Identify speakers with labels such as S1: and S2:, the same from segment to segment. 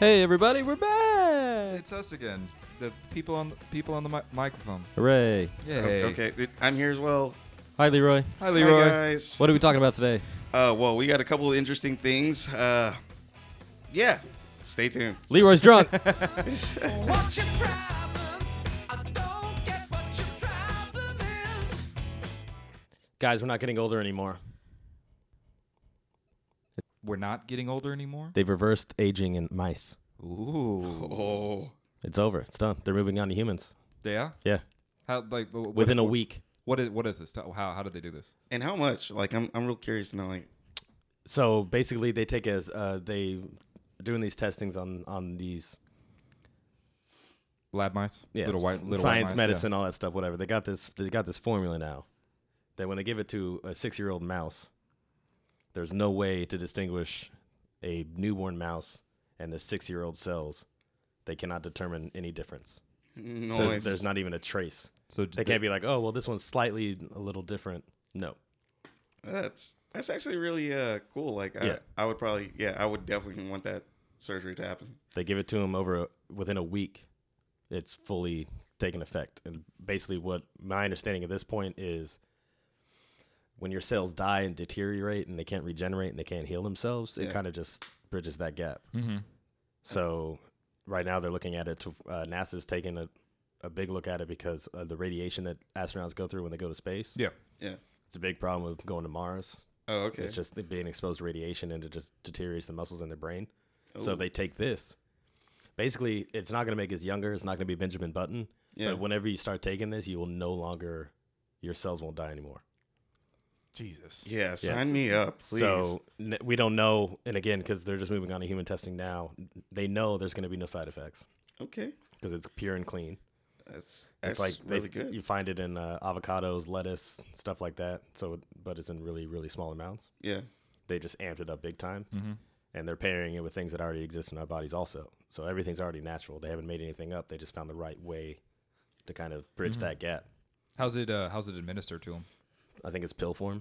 S1: Hey everybody, we're back!
S2: It's us again. The people on people on the mi- microphone.
S1: Hooray!
S3: Oh,
S2: Yeah.
S4: Okay, it- I'm here as well.
S1: Hi Leroy.
S2: Hi, Leroy.
S4: Hi, guys.
S1: What are we talking about today?
S4: Uh, well, we got a couple of interesting things. Uh, yeah, stay tuned.
S1: Leroy's drunk.
S5: What's your problem? I don't get what your problem is.
S3: Guys, we're not getting older anymore.
S2: We're not getting older anymore.
S3: They've reversed aging in mice.
S2: Ooh.
S4: Oh,
S3: It's over. It's done. They're moving on to humans.
S2: Yeah.
S3: Yeah.
S2: How like wh- what,
S3: Within a
S2: what-
S3: week.
S2: What is what is this? How how did they do this?
S4: and how much? Like, I'm, I'm real curious to know. Like,
S3: So basically, they take as uh, they doing these testings on on these
S2: Lab mice.
S3: yeah,
S2: Little white
S3: s-
S2: little white
S3: science
S2: mice, yeah.
S3: medicine all that stuff whatever they got this they got this formula now that when they give it to a six year old mouse there's no way to distinguish a newborn mouse and the six year old cells they cannot determine any difference
S4: no,
S3: so
S4: it's-
S3: there's, there's not even a trace
S2: So
S3: they can't be like oh well this one's slightly a little different no
S4: that's that's actually really uh cool. Like,
S3: Yeah.
S4: I, I would probably, yeah, I would definitely want that surgery to happen.
S3: they give it to him over a, within a week it's fully taken effect and basically what my understanding at this point is when your cells die and deteriorate and they can't regenerate and they can't heal themselves it
S4: Yeah.
S3: kind of just bridges that gap
S2: Mhm.
S3: so right now they're looking at it to uh, nasa's taking a, a big look at it because of the radiation that astronauts go through when they go to space
S2: Yeah.
S4: Yeah.
S3: it's a big problem with going to mars
S4: Oh, okay.
S3: it's just the- being exposed to radiation and it just deteriorates the muscles in their brain. So
S4: Ooh.
S3: if they take this, basically, it's not going to make us younger. It's not going to be Benjamin Button.
S4: Yeah.
S3: But whenever you start taking this, you will no longer, your cells won't die anymore.
S2: Jesus.
S4: yeah, sign me up, please.
S3: So n- we don't know. And again, because they're just moving on to human testing now, they know there's going to be no side effects
S4: okay,
S3: because it's pure and clean.
S4: that's
S3: It's
S4: that's
S3: like they-
S4: really good.
S3: you find it in uh, avocados, lettuce, stuff like that. So, but it's in really, really small amounts.
S4: yeah.
S3: they just amped it up big time
S2: Mm-hmm.
S3: and they're pairing it with things that already exist in our bodies also so everything's already natural they haven't made anything up they just found the right way to kind of bridge
S2: Mm-hmm.
S3: that gap
S2: How's it uh, how's it administered to them?
S3: i think it's pill form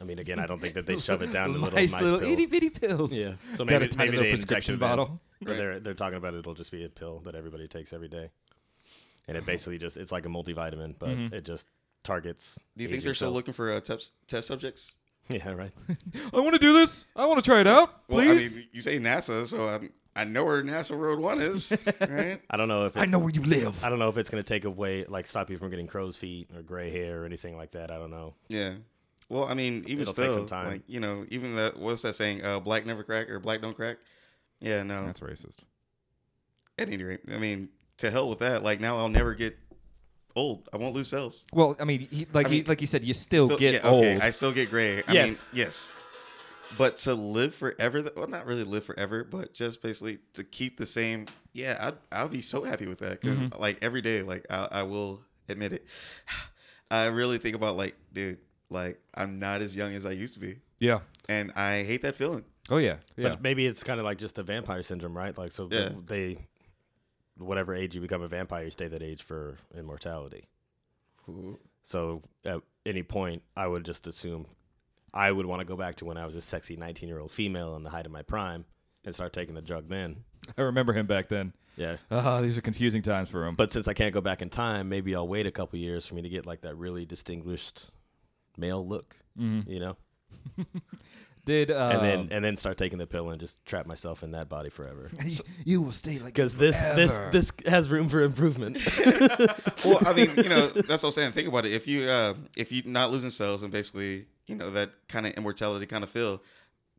S3: i mean again i don't think that they shove it down in a little
S2: Mice,
S3: mice
S2: little
S3: pill.
S2: itty bitty pills.
S3: yeah so
S2: Got
S3: maybe, maybe
S2: a tiny little
S3: they prescription
S2: prescription bottle.
S3: but they're, they're talking about it'll just be a pill that everybody takes every day and it basically just it's like a multivitamin but
S2: Mm-hmm.
S3: it just targets
S4: Do you think
S3: aging
S4: they're still
S3: cells.
S4: looking for uh, test test subjects?
S3: yeah right
S2: I want to do this. I want to try it out.
S4: Well,
S2: Please.
S4: I mean, you say NASA, so I'm, I know where NASA Road One is, right?
S3: i don't know if it's,
S2: I know where you live.
S3: I don't know if it's going to take away, like, stop you from getting crow's feet or gray hair or anything like that. I don't know.
S4: Yeah. Well, I mean, even
S3: It'll
S4: still,
S3: take some time.
S4: like you know, even that what's that saying? Uh, black never crack or black don't crack. Yeah, no.
S2: That's racist.
S4: At any rate, I mean, to hell with that. Like now, I'll never get old. I won't lose cells.
S2: Well, I mean, he, like
S4: I
S2: he
S4: mean,
S2: like you said, you still,
S4: Still-
S2: get
S4: yeah, okay,
S2: old.
S4: I still get gray. I
S3: Yes.
S4: mean, yes. But to live forever, th- well, not really live forever, but just basically to keep the same. Yeah, I'd, I'll be so happy with that because
S3: Mm-hmm.
S4: like every day, like I, I will admit it, I really think about like, dude, like I'm not as young as I used to be,
S2: yeah.
S4: and I hate that feeling.
S2: Oh yeah. Yeah.
S3: But maybe it's kind of like just the vampire syndrome, right? Like, so
S4: Yeah.
S3: they, they- whatever age you become a vampire, you stay that age for immortality. So at any point, I would just assume I would want to go back to when I was a sexy 19 year old female in the height of my prime and start taking the drug then.
S2: I remember him back then.
S3: Yeah.
S2: Ah, these are confusing times for him.
S3: But since I can't go back in time, maybe I'll wait a couple years for me to get like that really distinguished male look, you know?
S2: did uh,
S3: and then and then start taking the pill and just trap myself in that body forever.
S2: you will stay like
S3: Because this this this has room for improvement.
S4: well, I mean, you know, that's what I'm saying. Think about it. If you uh, if you're not losing cells and basically, you know, that kind of immortality kind of feel,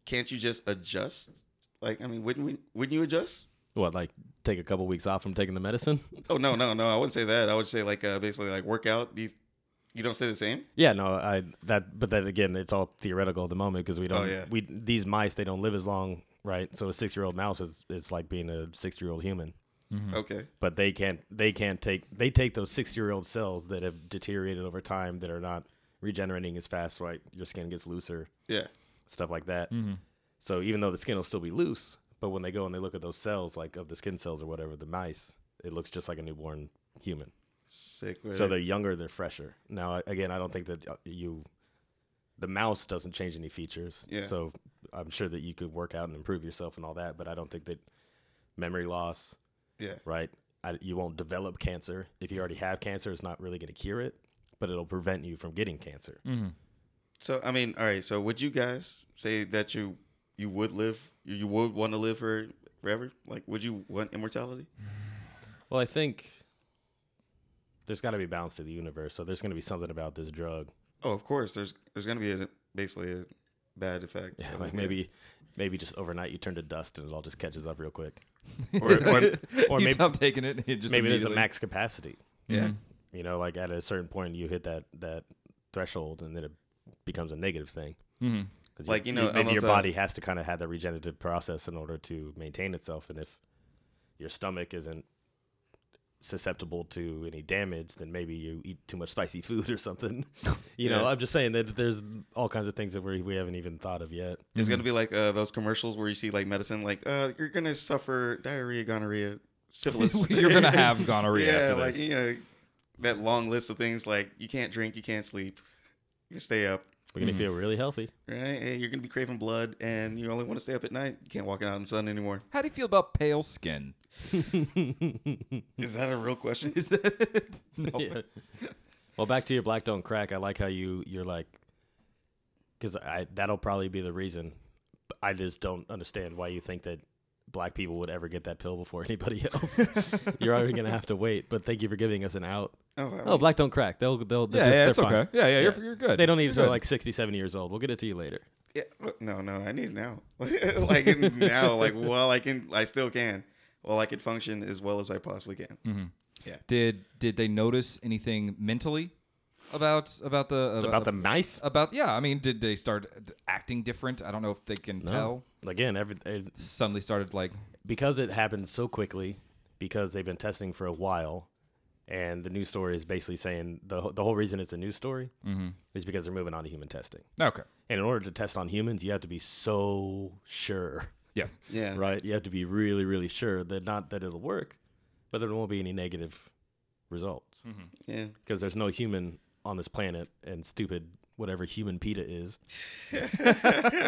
S4: can't you just adjust? Like, I mean, wouldn't we, wouldn't you adjust?
S3: what like take a couple weeks off from taking the medicine?
S4: Oh no, no, no. I wouldn't say that. I would say like uh, basically like workout. Do you, you don't say the same.
S3: Yeah, no, I that but then again, it's all theoretical at the moment because we don't
S4: yeah.
S3: we these mice they don't live as long, right? So a six year old mouse is is like being a six year old human.
S4: Okay.
S3: But they can't they can't take they take those six year old cells that have deteriorated over time that are not regenerating as fast, right? Your skin gets looser.
S4: Yeah.
S3: stuff like that. So even though the skin will still be loose, but when they go and they look at those cells, like of the skin cells or whatever, the mice, it looks just like a newborn human.
S4: Sick. With
S3: So they're younger, they're fresher. Now, I- again, I don't think that uh, you, the mouse doesn't change any features.
S4: Yeah.
S3: So I'm sure that you could work out and improve yourself and all that, but I don't think that memory loss,
S4: Yeah.
S3: right? I, you won't develop cancer. If you already have cancer, it's not really going to cure it, but it'll prevent you from getting cancer.
S2: Mm-hmm.
S4: So I mean, all right. So would you guys say that you you would live, you would want to live for forever? Like, would you want immortality?
S3: Well, I think there's got to be balance to the universe. So there's going to be something about this drug.
S4: Oh, of course. There's there's gonna be a basically a bad effect.
S3: Yeah,
S4: of
S3: like
S4: it,
S3: maybe, maybe just overnight you turn to dust and it all just catches up real quick.
S4: Or, or-
S3: Or
S2: you
S3: maybe-
S2: stop taking it. And it just
S3: maybe there's a
S2: immediately-
S3: max capacity.
S2: Mm-hmm,
S4: yeah.
S3: You know, like at a certain point you hit that that threshold and then it becomes a negative thing.
S2: Mm-hmm.
S3: 'Cause
S4: Like, you know,
S3: maybe your
S4: almost, uh,
S3: body has to kind of have that regenerative process in order to maintain itself. And if your stomach isn't susceptible to any damage, then maybe you eat too much spicy food or something. you know,
S4: Yeah.
S3: I'm just saying that there's all kinds of things that we we haven't even thought of yet.
S4: It's
S2: mm-hmm.
S4: gonna be like uh, those commercials where you see like medicine, like uh, you're gonna suffer diarrhea, gonorrhea, syphilis.
S2: You're gonna have gonorrhea.
S4: yeah,
S2: after
S4: like
S2: this.
S4: you know that long list of things like you can't drink, you can't sleep, you stay up.
S3: We're gonna
S2: Mhm.
S3: feel really healthy.
S4: Right? And you're gonna be craving blood, and you only want to stay up at night. You can't walk out in the sun anymore.
S2: How do you feel about pale skin?
S4: Is that a real question?
S2: Is that no?
S3: Yeah. Well, back to your black don't crack. I like how you you're like, because I that'll probably be the reason. But I just don't understand why you think that black people would ever get that pill before anybody else. you're already gonna have to wait. But thank you for giving us an out.
S4: Oh, I
S3: Oh, black don't crack. They'll they'll they're,
S2: Yeah, yeah,
S3: they're
S2: it's
S3: fine.
S2: okay. Yeah, yeah,
S3: Yeah.
S2: you're, you're good.
S3: They don't need
S2: You're
S3: until
S2: good.
S3: like 60, 70 years old. We'll get it to you later.
S4: Yeah, but- no, no, I need it now. like in- now, like while I can, I still can. While I can function as well as I possibly can.
S3: Mm-hmm. e-
S2: Did did they notice anything mentally about about the
S3: About the mice.
S2: about yeah? I mean, did they start acting different? I don't know if they can tell.
S3: Again, every eh,
S2: Suddenly started like
S3: because it happened so quickly, because they've been testing for a while, and the news story is basically saying the wh- the whole reason it's a news story is because they're moving on to human testing.
S2: okay,
S3: And in order to test on humans, you have to be so sure,
S2: yeah,
S4: Yeah,
S3: right? You have to be really, really sure that not that it'll work, but there won't be any negative results
S4: yeah.
S3: because there's no human on this planet, and stupid whatever human PETA is,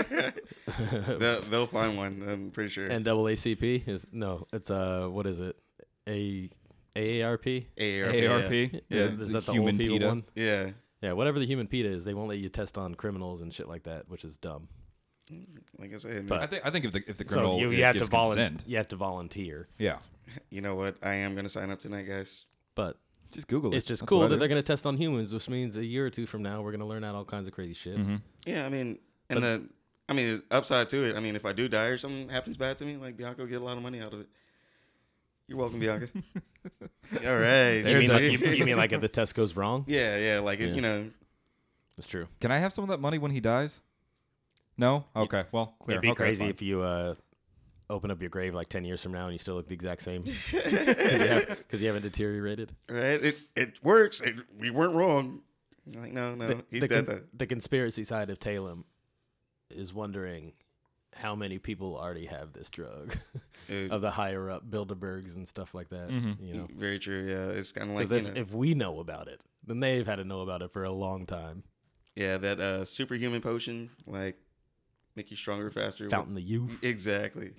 S4: They'll, they'll find one. I'm pretty sure.
S3: and AACP is no, it's uh, what is it? A AARP.
S4: AARP.
S2: AARP.
S4: Yeah. Yeah.
S3: Is
S2: the
S3: that the
S2: human
S3: old people
S2: PETA.
S3: one?
S4: Yeah.
S3: Yeah, whatever the human PETA is, they won't let you test on criminals and shit like that, which is dumb.
S4: Like I said,
S3: But-
S2: I think I think if the if the
S3: So
S2: criminal
S3: you,
S2: uh,
S3: you have to
S2: gives
S3: volunteer.
S2: consent,
S3: You have to volunteer,
S2: yeah,
S4: you know what? I am gonna sign up tonight, guys.
S3: but
S2: just Google it.
S3: it's just
S2: That's
S3: cool
S2: what I
S3: that
S2: do.
S3: they're going to test on humans, which means a year or two from now we're going to learn out all kinds of crazy shit.
S4: Yeah, I mean, and the, I mean, upside to it. I mean, if I do die or something happens bad to me, like Bianca will get a lot of money out of it. You're welcome, Bianca. All right.
S3: You, mean
S2: There's a-
S3: like, you, you mean like if the test goes wrong?
S4: yeah, yeah. Like
S3: Yeah.
S4: you know,
S3: That's true.
S2: Can I have some of that money when he dies? No. Okay. Well, clear.
S3: It'd be
S2: okay,
S3: crazy
S2: fine.
S3: if you uh, open up your grave like ten years from now and you still look the exact same because you haven't deteriorated.
S4: right? It it works. It, we weren't wrong. Like no, no, he
S3: the,
S4: did
S3: con-
S4: that.
S3: the conspiracy side of Talem is wondering how many people already have this drug
S4: Dude.
S3: of the higher up Bilderbergs and stuff like that. You know,
S4: Very true. Yeah, it's kind of like
S3: because
S4: you
S3: if,
S4: know,
S3: if we know about it, then they've had to know about it for a long time.
S4: yeah, that uh, superhuman potion like make you stronger, faster. with-
S3: Fountain of Youth.
S4: Exactly.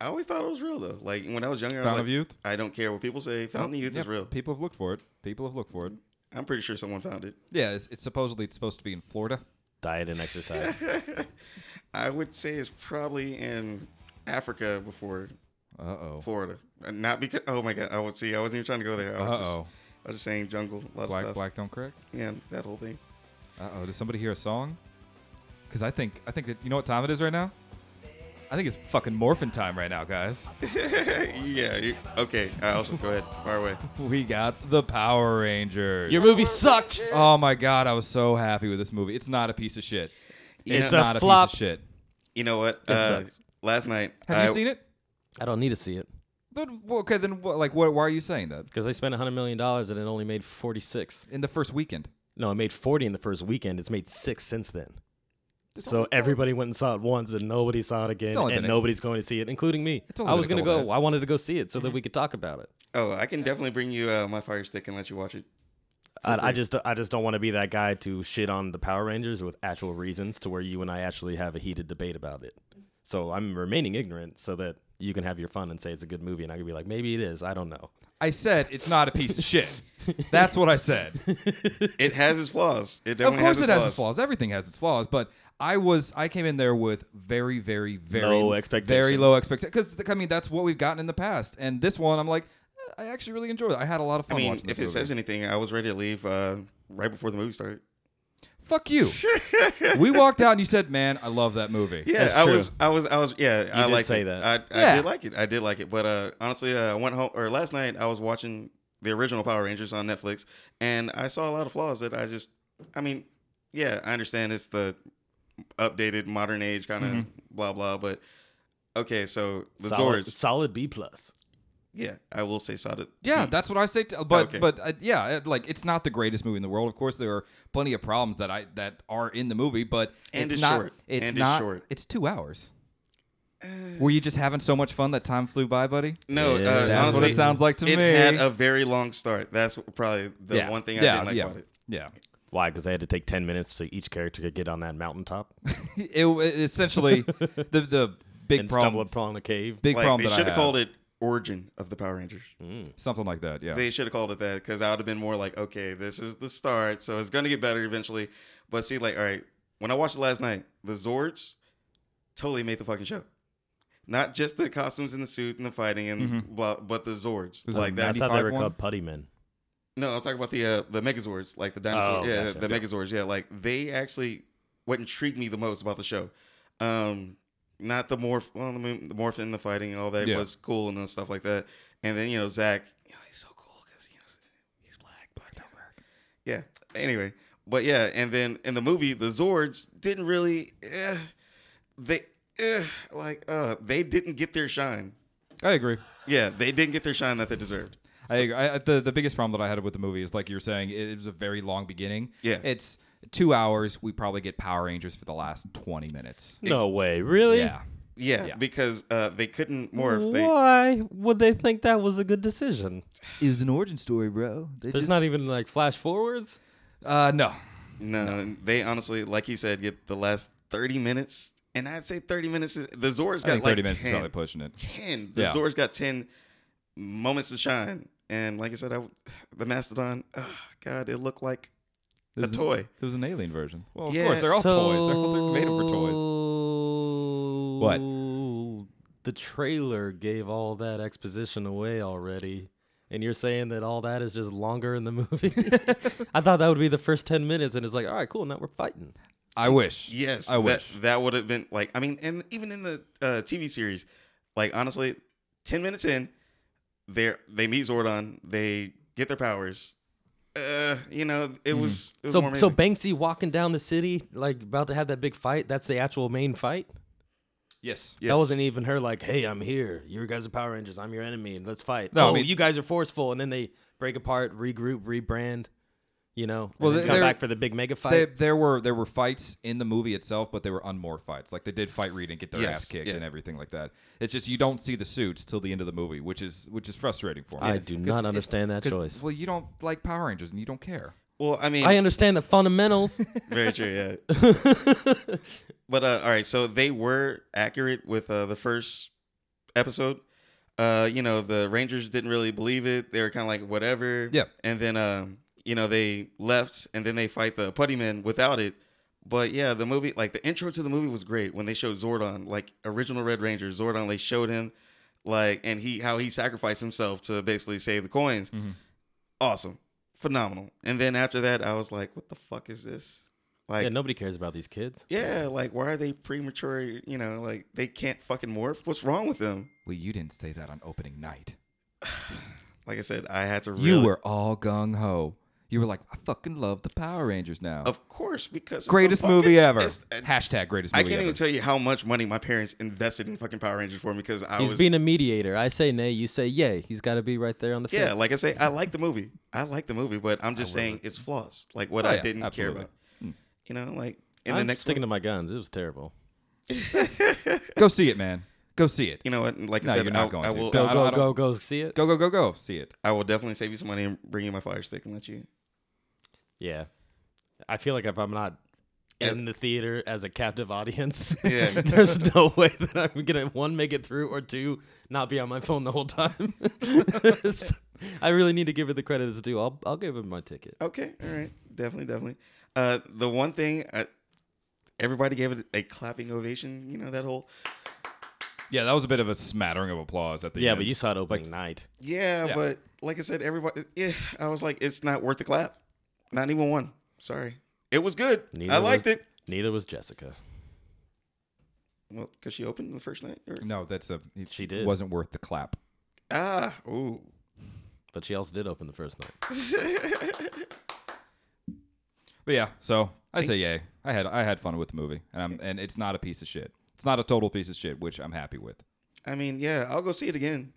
S4: I always thought it was real though. Like when I was younger, I was
S2: Fountain of
S4: like,
S2: Youth?
S4: I don't care what people say. Fountain of Youth
S2: Yeah,
S4: is real.
S2: People have looked for it. People have looked for it.
S4: I'm pretty sure someone found it.
S2: Yeah, it's, it's supposedly it's supposed to be in Florida.
S3: Diet and exercise.
S4: I would say it's probably in Africa before
S2: Uh oh.
S4: Florida. Uh, Not because. Oh my god! I would see. I wasn't even trying to go there. I was, just,
S2: Uh-oh.
S4: I was just saying jungle. A lot
S2: Black
S4: of stuff.
S2: black don't correct.
S4: Yeah, that whole thing.
S2: Uh oh. Does somebody hear a song? Because I think I think that you know what time it is right now. I think it's fucking morphin time right now, guys.
S4: yeah. You, okay. I also go ahead. Far away.
S2: We got the Power Rangers.
S3: Your movie sucked.
S2: oh my god, I was so happy with this movie. It's not a piece of shit.
S4: You
S3: It's a
S4: know,
S2: not a
S3: flop.
S2: piece of shit.
S4: you know what? Uh,
S3: sucks.
S4: last night.
S2: Have
S4: I,
S2: you seen it?
S3: I don't need to see it
S2: Then, well, okay, then what, like, what, why are you saying that?
S3: because they spent hundred million dollars and it only made forty six.
S2: In the first weekend.
S3: No, it made forty in the first weekend. It's made six since then. So everybody went and saw it once, and nobody saw it again,
S2: only
S3: and
S2: been a-
S3: nobody's going to see it, including me.
S2: It's only
S3: I
S2: been
S3: was
S2: a
S3: gonna
S2: couple
S3: go.
S2: days.
S3: I wanted to go see it so that we could talk about it.
S4: Oh, I can definitely bring you uh, my fire stick and let you watch it.
S3: I, I just I just don't want to be that guy to shit on the Power Rangers with actual reasons to where you and I actually have a heated debate about it. So I'm remaining ignorant so that you can have your fun and say it's a good movie, and I could be like, maybe it is. I don't know.
S2: I said it's not a piece of shit. That's what I said.
S4: It has its flaws. It
S2: of
S4: definitely
S2: course,
S4: has
S2: it
S4: its
S2: has
S4: flaws.
S2: its flaws. Everything has its flaws. But I was I came in there with very, very, very
S3: Low
S2: Very
S3: expectations.
S2: low expectations. Because I mean, that's what we've gotten in the past. And this one, I'm like, eh, I actually really enjoyed it. I had a lot of
S4: I
S2: fun
S4: mean,
S2: watching
S4: if
S2: this
S4: it
S2: movie.
S4: says anything, I was ready to leave uh, right before the movie started.
S2: Fuck you. we walked out and you said, "Man, I love that movie."
S4: Yeah,
S3: That's
S4: I
S3: true.
S4: was, I was, I was. Yeah, I
S3: did
S4: liked
S3: say
S4: it.
S3: that.
S4: I, I
S2: Yeah.
S4: did like it. I did like it. But uh, honestly, uh, I went home or last night I was watching the original Power Rangers on Netflix, and I saw a lot of flaws that I just. I mean, yeah, I understand it's the updated modern age kind of
S2: Mm-hmm.
S4: blah blah, but okay, so the
S3: solid,
S4: Zords.
S3: solid B plus.
S4: Yeah, I will say solid.
S2: Yeah, that's what I say. T- but
S4: Okay.
S2: but uh, yeah, it- like it's not the greatest movie in the world. Of course, there are plenty of problems that I that are in the movie, but
S4: And
S2: it's
S4: it's
S2: not.
S4: short.
S2: It's
S4: And it's
S2: not.
S4: short. Uh,
S2: It's two hours. Were you just having so much fun that time flew by, buddy?
S4: No,
S3: Yeah,
S4: uh,
S3: that's what
S4: honestly,
S2: it sounds like to
S4: it
S2: me.
S4: had a very long start. That's probably the
S2: yeah.
S4: one thing I
S2: yeah,
S4: didn't like
S2: yeah,
S4: about it.
S2: Yeah.
S3: Why? Because they had to take ten minutes so each character could get on that mountaintop
S2: it, it- essentially the the big
S3: and stumble
S2: problem
S3: upon a cave.
S2: big
S4: Like
S2: problem
S4: they
S2: that I
S4: should have
S2: had.
S4: called it Origin of the Power Rangers.
S3: Mm.
S2: something like that. Yeah,
S4: They should have called it that because I would have been more like, okay, this is the start, so it's gonna get better eventually. But see, like, all right, when I watched it last night, the Zords totally made the fucking show. Not just the costumes and the suit and the fighting and blah, but the Zords.
S2: Was it
S4: like
S3: I
S4: that's
S2: massive-
S3: thought they
S2: 95
S3: were
S2: one?
S3: called putty men.
S4: no, I'm talking about the uh, the Megazords, like the dinosaur,
S3: Oh,
S4: yeah,
S3: gotcha.
S4: the Megazords, yeah. Like they actually what intrigued me the most about the show. Um, not the morph, well, I mean, the morph and the fighting, and all that
S2: Yeah.
S4: was cool and stuff like that. And then you know Zach, you know, he's so cool because you know he's black, black don't work. Yeah. Anyway, but yeah, and then in the movie, the Zords didn't really, eh, they, eh, like, uh, they didn't get their shine.
S2: I agree.
S4: Yeah, they didn't get their shine that they deserved.
S2: I, agree. I, I- the the biggest problem that I had with the movie is like you're saying it, it was a very long beginning.
S4: Yeah.
S2: it's two hours. We probably get Power Rangers for the last twenty minutes.
S3: No way, really?
S2: Yeah,
S4: Yeah,
S2: Yeah.
S4: because uh, they couldn't morph. They,
S3: Why would they think that was a good decision?
S1: It was an origin story, bro. They
S3: There's not even like flash forwards.
S2: uh, no,
S4: No, they honestly, like you said, get the last 30 minutes. And I'd say 30 minutes. Is, the Zords
S2: I
S4: got
S2: think
S4: like
S2: thirty minutes is
S4: 10,
S2: probably pushing it.
S4: 10. The
S2: Yeah.
S4: Zords got 10 moments to shine. And like I said, I, the Mastodon, oh, God, it looked like
S2: It was
S4: toy.
S2: An, it was an alien version. Well, of
S4: Yeah.
S2: course, they're all
S3: so
S2: toys. They're, all, they're made for toys.
S3: toys.
S2: What?
S3: The trailer gave all that exposition away already. And you're saying that all that is just longer in the movie? I thought that would be the first 10 minutes, and it's like, all right, cool, now we're fighting.
S2: I wish.
S4: Yes,
S2: I
S4: that,
S2: wish.
S4: that would have been like I mean, and even in the uh, TV series, like honestly, ten minutes in, they they meet Zordon, they get their powers. Uh, you know, it
S2: Mm-hmm.
S4: was it was more
S3: So, so Banksy
S4: amazing.
S3: walking down the city, like about to have that big fight, that's the actual main fight?
S2: yes.
S4: Yes.
S3: That wasn't even her, like, hey, I'm here. You guys are Power Rangers. I'm your enemy, and let's fight.
S2: No, I
S3: oh,
S2: mean-
S3: you guys are forceful. And then they break apart, regroup, rebrand, you know, well,
S2: Well, they-
S3: come
S2: they're-
S3: back for the big mega fight.
S2: They, there were there were fights in the movie itself, but they were unmore fights. Like they did fight Reed and get their
S4: Yes,
S2: ass kicked
S4: yeah.
S2: and everything like that. It's just you don't see the suits till the end of the movie, which is which is frustrating for me.
S3: I do
S2: 'Cause
S3: not
S2: it-
S3: understand that
S2: 'cause,
S3: choice.
S2: Well, you don't like Power Rangers and you don't care.
S4: well, I mean,
S3: I understand the fundamentals.
S4: very true, yeah. but uh, all right, so they were accurate with uh, the first episode. Uh, you know, the Rangers didn't really believe it. They were kind of like whatever.
S2: Yeah.
S4: And then um, you know, they left and then they fight the Putty Men without it. But yeah, the movie, like the intro to the movie was great when they showed Zordon, like original Red Ranger Zordon. They showed him, like, and he how he sacrificed himself to basically save the coins. Awesome, phenomenal. And then after that, I was like, what the fuck is this? Like,
S3: yeah, nobody cares about these kids.
S4: yeah, like why are they premature? You know, like they can't fucking morph. What's wrong with them?
S2: Well, you didn't say that on opening night.
S4: Like I said, I had to. Really,
S2: You were all gung ho. You were like, I fucking love the Power Rangers now.
S4: of course, because it's the
S2: greatest
S4: fucking-
S2: movie ever.
S4: it's-
S2: Hashtag greatest
S4: I
S2: movie
S4: can't
S2: ever.
S4: even tell you how much money my parents invested in fucking Power Rangers for me because I
S3: He's
S4: was
S3: being a mediator. I say nay, you say yay. He's got to be right there on the
S4: yeah.
S3: fence.
S4: Like I say, I like the movie. I like the movie, but I'm just saying it's flaws. Like what
S2: Oh,
S4: I
S2: yeah,
S4: didn't
S2: absolutely.
S4: care about.
S2: Hmm.
S4: You know, like in
S3: I'm
S4: the next
S3: sticking to
S4: one,
S3: my guns. It was terrible.
S2: Go see it, man. Go see it.
S4: you know what? Like
S2: No,
S4: I said,
S2: you're not
S4: I,
S2: going
S4: I
S2: to.
S4: will.
S2: No,
S3: Go
S2: I don't- I
S3: go
S2: don't-
S3: go go see it.
S2: Go go go go. See it.
S4: I will definitely save you some money and bring you my fire stick and let you.
S3: Yeah, I feel like if I'm not in the theater as a captive audience.
S4: Yeah.
S3: There's no way that I'm gonna one make it through or two not be on my phone the whole time. So, I really need to give her the credit it's due. I'll I'll give her my ticket.
S4: Okay, all right, definitely, definitely. Uh, the one thing I, everybody gave it a clapping ovation. You know that whole
S2: Yeah, that was a bit of a smattering of applause at the
S3: Yeah,
S2: end.
S3: but you saw it opening night.
S4: yeah,
S2: Yeah.
S4: but like I said, everybody. Yeah, I was like, it's not worth the clap. Not even one. Sorry, it was good.
S3: Neither
S4: I
S3: was-
S4: liked it.
S3: Neither was Jessica.
S4: Well, because she opened the first night. Or,
S2: No, that's a. It
S3: She did.
S2: Wasn't worth the clap.
S4: ah, ooh.
S3: But she also did open the first night.
S2: But yeah, so I say yay. I had I had fun with the movie, and I'm and it's not a piece of shit. It's not a total piece of shit, which I'm happy with.
S4: I mean, yeah, I'll go see it again.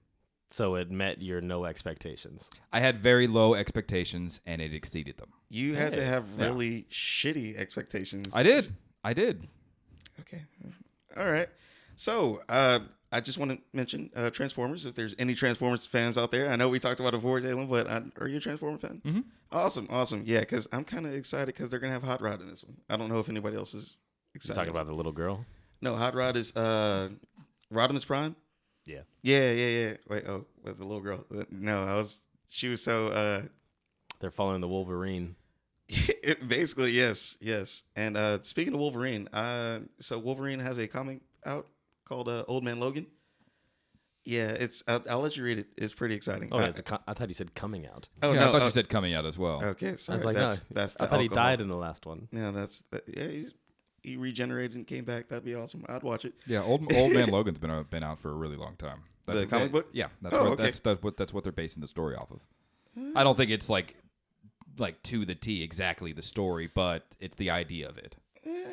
S3: So it met your no expectations.
S2: I had very low expectations, and it exceeded them.
S4: You had to have
S2: Yeah.
S4: really shitty expectations.
S2: I did. I did.
S4: Okay. All right. So uh, I just want to mention uh, Transformers. If there's any Transformers fans out there, I know we talked about it before, Jalen, but I, are you a Transformer fan? Mm-hmm. Awesome. Awesome. Yeah, because I'm kind of excited because they're going to have Hot Rod in this one. I don't know if anybody else is
S3: You
S4: excited.
S3: talking about the little girl?
S4: No, Hot Rod is uh, Rodimus Prime.
S3: Yeah.
S4: Yeah, yeah, yeah. Wait, oh, with the little girl. Uh, No, I was. She was so. Uh,
S3: They're following the Wolverine.
S4: it, basically, yes, yes. And uh, speaking of Wolverine, uh, so Wolverine has a comic out called uh, Old Man Logan. Yeah, it's. I'll, I'll let you read it. It's pretty exciting.
S3: Oh,
S4: I-
S3: yeah, it's a co- I thought you said coming out.
S4: oh
S2: yeah,
S4: no,
S2: I thought
S4: oh,
S2: you said coming out as well.
S4: Okay,
S3: I
S4: sorry.
S3: was like,
S4: that's,
S3: no,
S4: that's. The
S3: I thought he
S4: alcohol.
S3: died in the last one.
S4: No, that's. The, yeah, he's, he regenerated and came back. That'd be awesome. I'd watch it.
S2: Yeah, old old man Logan's been out, been out for a really long time.
S4: The
S2: what
S4: comic
S2: they-
S4: book?
S2: Yeah, that's
S4: Oh,
S2: what
S4: okay.
S2: that's that's what that's what they're basing the story off of. I don't think it's like like to the T exactly the story, but it's the idea of it.
S4: Uh,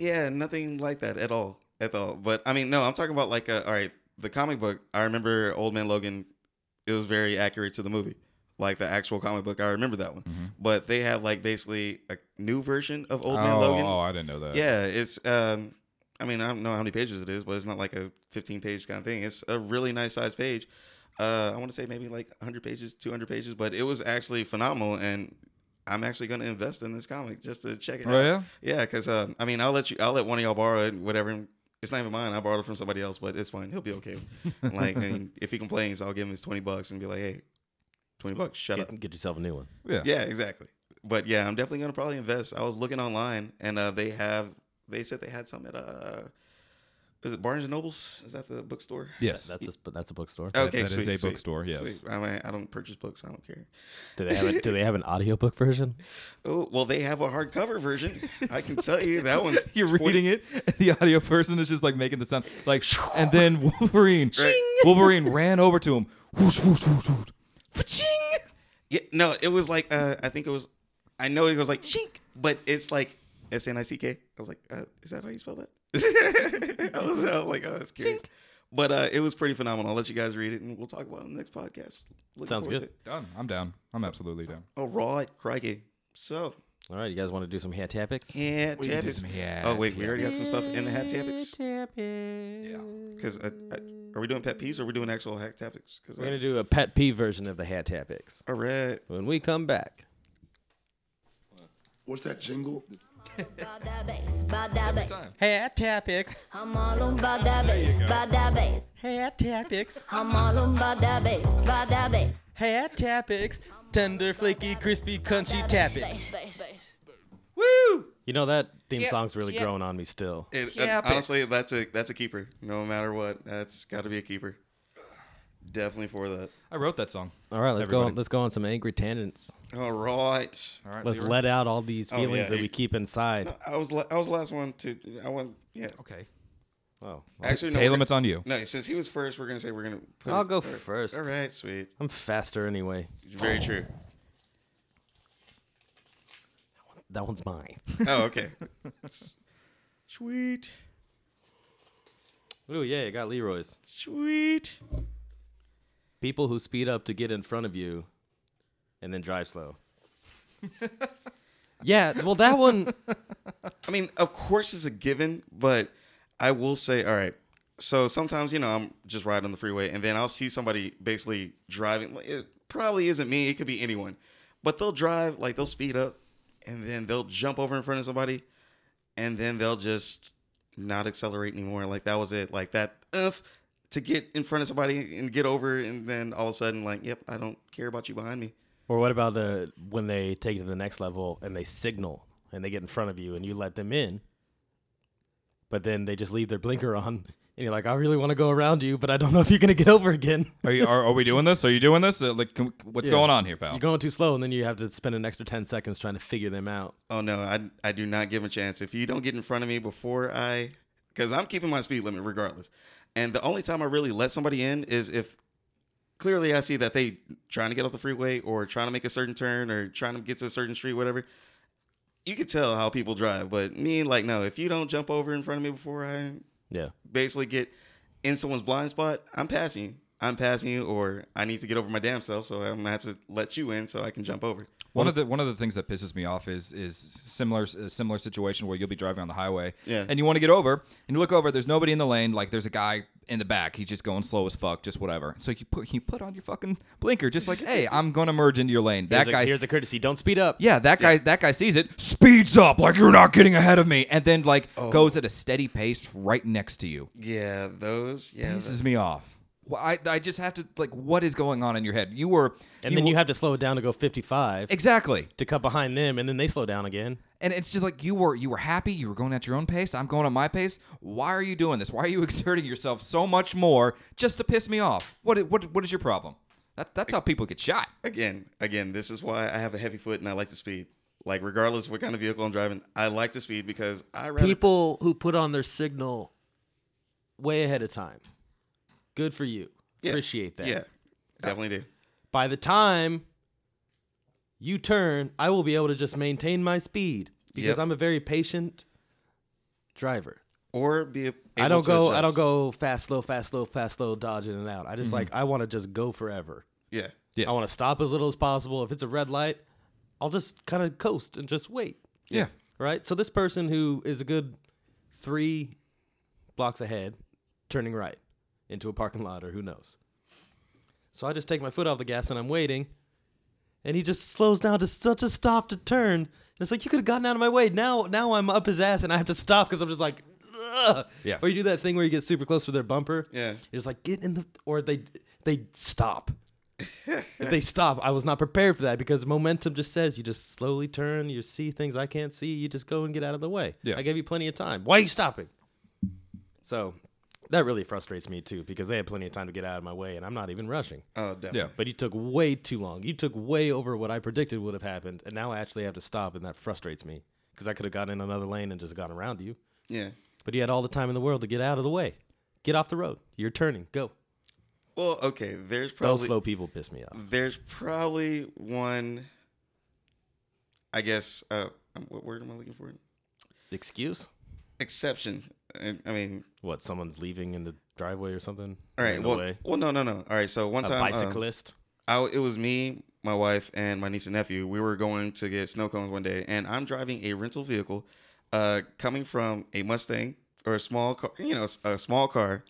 S4: Eh, yeah, nothing like that at all, at all. But I mean, no, I'm talking about like, uh all right, the comic book. I remember Old Man Logan. It was very accurate to the movie, like the actual comic book. I remember that one.
S2: Mm-hmm.
S4: But they have like basically a new version of Old Man
S2: oh,
S4: Logan.
S2: oh, I didn't know that.
S4: yeah, it's. um I mean, I don't know how many pages it is, but it's not like a 15 page kind of thing. It's a really nice sized page. Uh, I want to say maybe like 100 pages, 200 pages, but it was actually phenomenal. And I'm actually going to invest in this comic just to check it out.
S2: Oh yeah.
S4: Yeah, because uh, I mean, I'll let you. I'll let one of y'all borrow it, whatever. It's not even mine. I borrowed it from somebody else, but it's fine. He'll be okay. like, and if he complains, I'll give him his twenty bucks and be like, "Hey, twenty bucks, shut up."
S3: Get, get yourself a new one.
S2: Yeah.
S4: Yeah, exactly. But yeah, I'm definitely gonna probably invest. I was looking online, and uh, they have. They said they had some at. Uh, is it Barnes and Nobles? Is that the bookstore?
S2: Yes.
S3: That's a, that's a bookstore.
S4: Okay,
S2: that is
S4: sweet,
S2: a
S4: sweet,
S2: bookstore, yes.
S4: sweet. I, mean, I don't purchase books. I don't care.
S3: Do they have a, do they have an audiobook version?
S4: Oh well, they have a hardcover version. I can tell you that one's.
S2: You're
S4: 20
S2: reading it. and The audio person is just like making the sound like, and then Wolverine,
S4: Right.
S2: Wolverine ran over to him. Whoosh, whoosh, whoosh, whoosh. Fa-ching!
S4: Yeah, no, it was like uh, I think it was. I know it was like shink, but it's like S N I C K. I was like, uh, is that how you spell that? I, was, I was like, oh, that's curious. But uh, it was pretty phenomenal. I'll let you guys read it, and we'll talk about it in the next podcast. Looking
S3: Sounds good.
S4: forward to it.
S2: Done. I'm down. I'm absolutely down.
S4: Oh, right, crikey. So,
S3: All right, you guys want to do some hat topics?
S4: yeah,
S2: We can do
S4: topics.
S2: some hat
S4: Oh wait, we
S2: topics.
S4: already got some stuff in the hat topics.
S2: Yeah.
S4: Because uh, uh, are we doing pet peeves or are we doing actual hat topics? Because
S3: We're gonna do a pet peeve version of the hat topics
S4: all right,
S3: when we come back.
S6: What's that jingle?
S7: By that bass, by that bass.
S3: Hat topics.
S7: I'm all on by that bass, by that bass.
S3: Hat topics.
S7: I'm all on by that bass, by that bass.
S3: Hat topics. Tender, flaky, crispy, crunchy topics.
S7: Bass, bass, bass.
S3: You know that theme song's really growing on me still.
S4: And- and honestly, that's a that's a keeper. No matter what, that's got to be a keeper. Definitely for that.
S2: I wrote that song.
S3: All right, let's go.
S2: Everybody.
S3: On, let's go on some angry tangents.
S4: All right.
S2: All right,
S3: Let's
S2: Leroy.
S3: let out all these
S4: Oh, yeah,
S3: feelings that we
S4: you-
S3: keep inside.
S4: No, I was la- I was the last one to I want yeah.
S2: Okay.
S3: Oh,
S4: Actually, no,
S2: Taylor,
S4: we're
S2: it's on you.
S4: gonna- no. Since he was first, we're gonna say we're gonna. Put
S3: I'll
S4: it-
S3: go
S4: all right.
S3: first.
S4: All right, sweet.
S3: I'm faster anyway.
S4: It's very true.
S3: That one's mine.
S4: Oh, okay. sweet,
S3: Ooh, yeah, I got Leroy's.
S4: sweet.
S3: People who speed up to get in front of you and then drive slow. yeah, well, that one.
S4: I mean, of course, it's a given, but I will say, all right. So sometimes, you know, I'm just riding on the freeway, and then I'll see somebody basically driving. Like, It probably isn't me; it could be anyone, but they'll drive like they'll speed up, and then they'll jump over in front of somebody. and then they'll just not accelerate anymore. Like that was it. Like that F to get in front of somebody and get over, and then all of a sudden, like, yep, I don't care about you behind me.
S3: Or what about the when they take it to the next level and they signal and they get in front of you and you let them in, but then they just leave their blinker on and you're like, I really want to go around you, but I don't know if you're gonna get over again.
S2: Are you? Are, are we doing this? Are you doing this? Uh, like, can, what's
S3: Yeah.
S2: going on here, pal?
S3: You're going too slow, and then you have to spend an extra ten seconds trying to figure them out.
S4: Oh no, I I do not give 'em a chance. If you don't get in front of me before I, because I'm keeping my speed limit regardless. And the only time I really let somebody in is if clearly I see that they trying to get off the freeway or trying to make a certain turn or trying to get to a certain street, whatever. You can tell how people drive, but me, like, no. If you don't jump over in front of me before I
S3: Yeah.
S4: basically get in someone's blind spot, I'm passing you. I'm passing you, or I need to get over my damn self, so I'm gonna have to let you in so I can jump over.
S2: One of the one of the things that pisses me off is is similar a similar situation where you'll be driving on the highway,
S4: Yeah.
S2: and you want to get over, and you look over, there's nobody in the lane, like there's a guy in the back, he's just going slow as fuck, just whatever. So you put you put on your fucking blinker, just like, hey, I'm gonna merge into your lane. That
S3: here's
S2: guy,
S3: a, here's a courtesy. Don't speed up.
S2: yeah, that guy, that guy sees it, speeds up, like you're not getting ahead of me, and then like
S3: Oh.
S2: goes at a steady pace right next to you.
S4: Yeah, those. Yeah,
S2: Pisses me off. Well, I I just have to like, what is going on in your head? You were,
S3: And then you have to slow it down to go 55
S2: exactly.
S3: to cut behind them, and then they slow down again.
S2: and it's just like you were you were happy you were going at your own pace i'm going at my pace why are you doing this why are you exerting yourself so much more just to piss me off what i- what, what is your problem that, that's how people get shot
S4: again, again, this is why I have a heavy foot and I like to speed. Like regardless of what kind of vehicle I'm driving, I like to speed because I rather
S6: People who put on their signal way ahead of time. Good for you.
S4: Yeah.
S3: Appreciate that.
S4: Yeah, definitely do.
S3: By the time you turn, I will be able to just maintain my speed because
S4: Yep.
S3: I'm a very patient driver.
S4: Or be. Able
S3: I don't
S4: to
S3: go. I don't
S4: adjust.
S3: go fast, slow, fast, slow, fast, slow, dodging and out. I just like. I want to just go forever.
S4: Yeah,
S2: yes
S3: I want to stop as little as possible. If it's a red light, I'll just kind of coast and just wait.
S2: yeah
S3: Right. So this person who is a good three blocks ahead, turning right into a parking lot or who knows. So I just take my foot off the gas and I'm waiting, and he just slows down to such a stop to turn. And it's like you could have gotten out of my way. Now, now I'm up his ass and I have to stop because I'm just like, Ugh.
S2: Yeah.
S3: Or you do that thing where you get super close to their bumper.
S4: Yeah.
S3: You're just like get in the or they they stop. if they stop, I was not prepared for that because momentum just says you just slowly turn, you see things I can't see, you just go and get out of the way.
S2: Yeah.
S3: I gave you plenty of time. Why are you stopping? So that really frustrates me too because they had plenty of time to get out of my way and I'm not even rushing.
S4: oh, definitely.
S2: yeah
S3: But you took way too long. You took way over what I predicted would have happened and now I actually have to stop and that frustrates me because I could have gotten in another lane and just gone around you.
S4: yeah.
S3: But you had all the time in the world to get out of the way. Get off the road. You're turning. Go.
S4: Well, okay. There's
S3: Those
S4: probably
S3: slow people piss me off.
S4: there's probably one. I guess. Uh, um, what word am I looking for?
S3: Excuse?
S4: Exception. I, I mean,
S3: What? Someone's leaving in the driveway or something?
S4: all right.
S3: In the
S4: Well,
S3: way?
S4: well, no, no, no. All right. So one
S3: A
S4: time, um,
S3: bicyclist.
S4: I, it was me, my wife, and my niece and nephew. We were going to get snow cones one day, and I'm driving a rental vehicle, uh, coming from a Mustang or a small car, you know, a small car,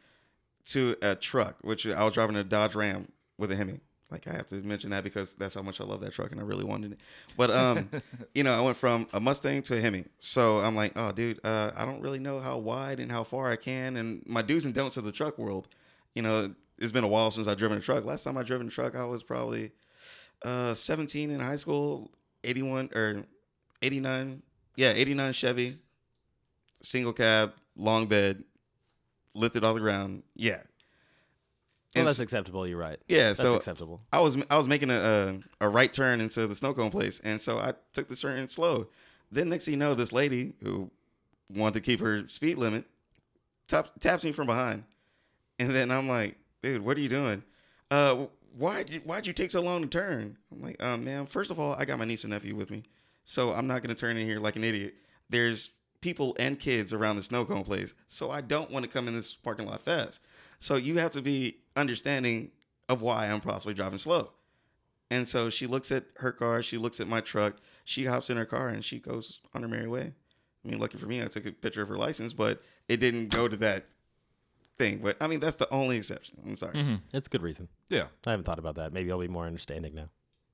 S4: to a truck, which I was driving a Dodge Ram with a Hemi. Like I have to mention that because that's how much I love that truck and I really wanted it. But um, you know, I went from a Mustang to a Hemi, so I'm like, oh, dude, uh, I don't really know how wide and how far I can, and my do's and don'ts of the truck world. You know, it's been a while since I've driven a truck. Last time I driven a truck, I was probably uh 17 in high school, 81 or 89, yeah, 89 Chevy, single cab, long bed, lifted off the ground. Yeah,
S3: Well,
S4: and
S3: that's
S4: s-
S3: acceptable. You're right.
S4: yeah.
S3: That's
S4: so
S3: acceptable.
S4: I was I was making a, a a right turn into the snow cone place, and so I took the turn slow. Then next thing you know, this lady who wanted to keep her speed limit taps taps me from behind, and then I'm like, dude, what are you doing? Uh, why why'd you take so long to turn? I'm like, um, ma'am, first of all, I got my niece and nephew with me, so I'm not gonna turn in here like an idiot. There's people and kids around the snow cone place, so I don't want to come in this parking lot fast. So you have to be understanding of why I'm possibly driving slow. And so she looks at her car, she looks at my truck, she hops in her car and she goes on her merry way. I mean, lucky for me, I took a picture of her license, but it didn't go to that thing. But I mean, that's the only exception. I'm sorry.
S2: Mm-hmm.
S3: That's a good reason.
S2: yeah
S3: I haven't thought about that. Maybe I'll be more understanding now.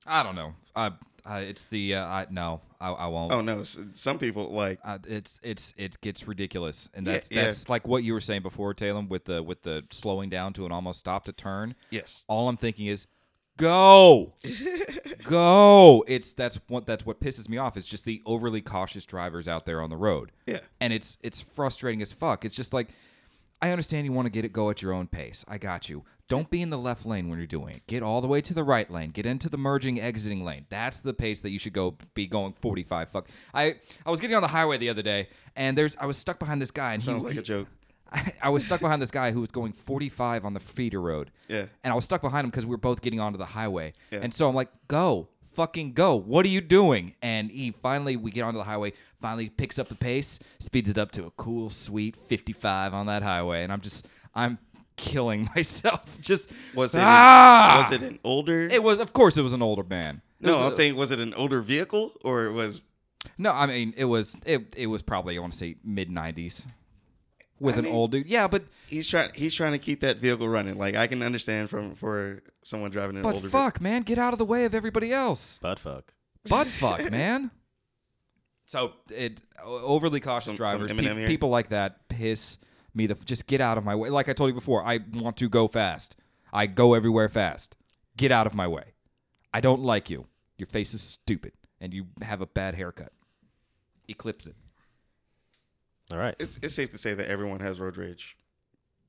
S2: I don't know. I, I it's the uh, I no, I, I won't.
S4: Oh no, s- some people like
S2: Uh, it's it's it gets ridiculous, and
S4: Yeah,
S2: that's
S4: yeah.
S2: that's like what you were saying before, Taylor, with the with the slowing down to an almost stop to turn.
S4: yes.
S2: All I'm thinking is, go, go. It's that's what that's what pisses me off is just the overly cautious drivers out there on the road.
S4: Yeah.
S2: and it's it's frustrating as fuck. It's just like. I understand you want to get it go at your own pace. I got you. Don't be in the left lane when you're doing it. Get all the way to the right lane. Get into the merging exiting lane. That's the pace that you should go be going 45. Fuck. I I was getting on the highway the other day and there's I was stuck behind this guy and he
S4: Sounds
S2: was
S4: like a joke.
S2: I, I was stuck behind this guy who was going 45 on the feeder road.
S4: Yeah.
S2: And I was stuck behind him because we were both getting onto the highway.
S4: Yeah.
S2: And so I'm like, go, fucking go. What are you doing? And he finally, we get onto the highway, finally picks up the pace, speeds it up to a cool, sweet 55 on that highway. And I'm just, I'm killing myself. Just,
S4: Was it
S2: ah!
S4: was it an older?
S2: It was, of course, it was an older man.
S4: no, I'm saying was it an older vehicle or it was
S2: No, I mean it was it, it was probably I want to say mid '90s, with
S4: I
S2: an
S4: mean-
S2: old dude. Yeah, but
S4: he's trying he's trying to keep that vehicle running. Like I can understand from for someone driving an
S2: but
S4: older
S2: fuck, man, get out of the way of everybody else.
S3: Butt fuck.
S2: butt fuck, man. So it overly cautious
S4: Some- some
S2: drivers, pe-
S4: Eminem here.
S2: people like that piss me the f- just get out of my way. Like I told you before, I want to go fast. I go everywhere fast. Get out of my way. I don't like you. Your face is stupid, and you have a bad haircut. Eclipse it.
S3: All right.
S4: It's it's safe to say that everyone has road rage.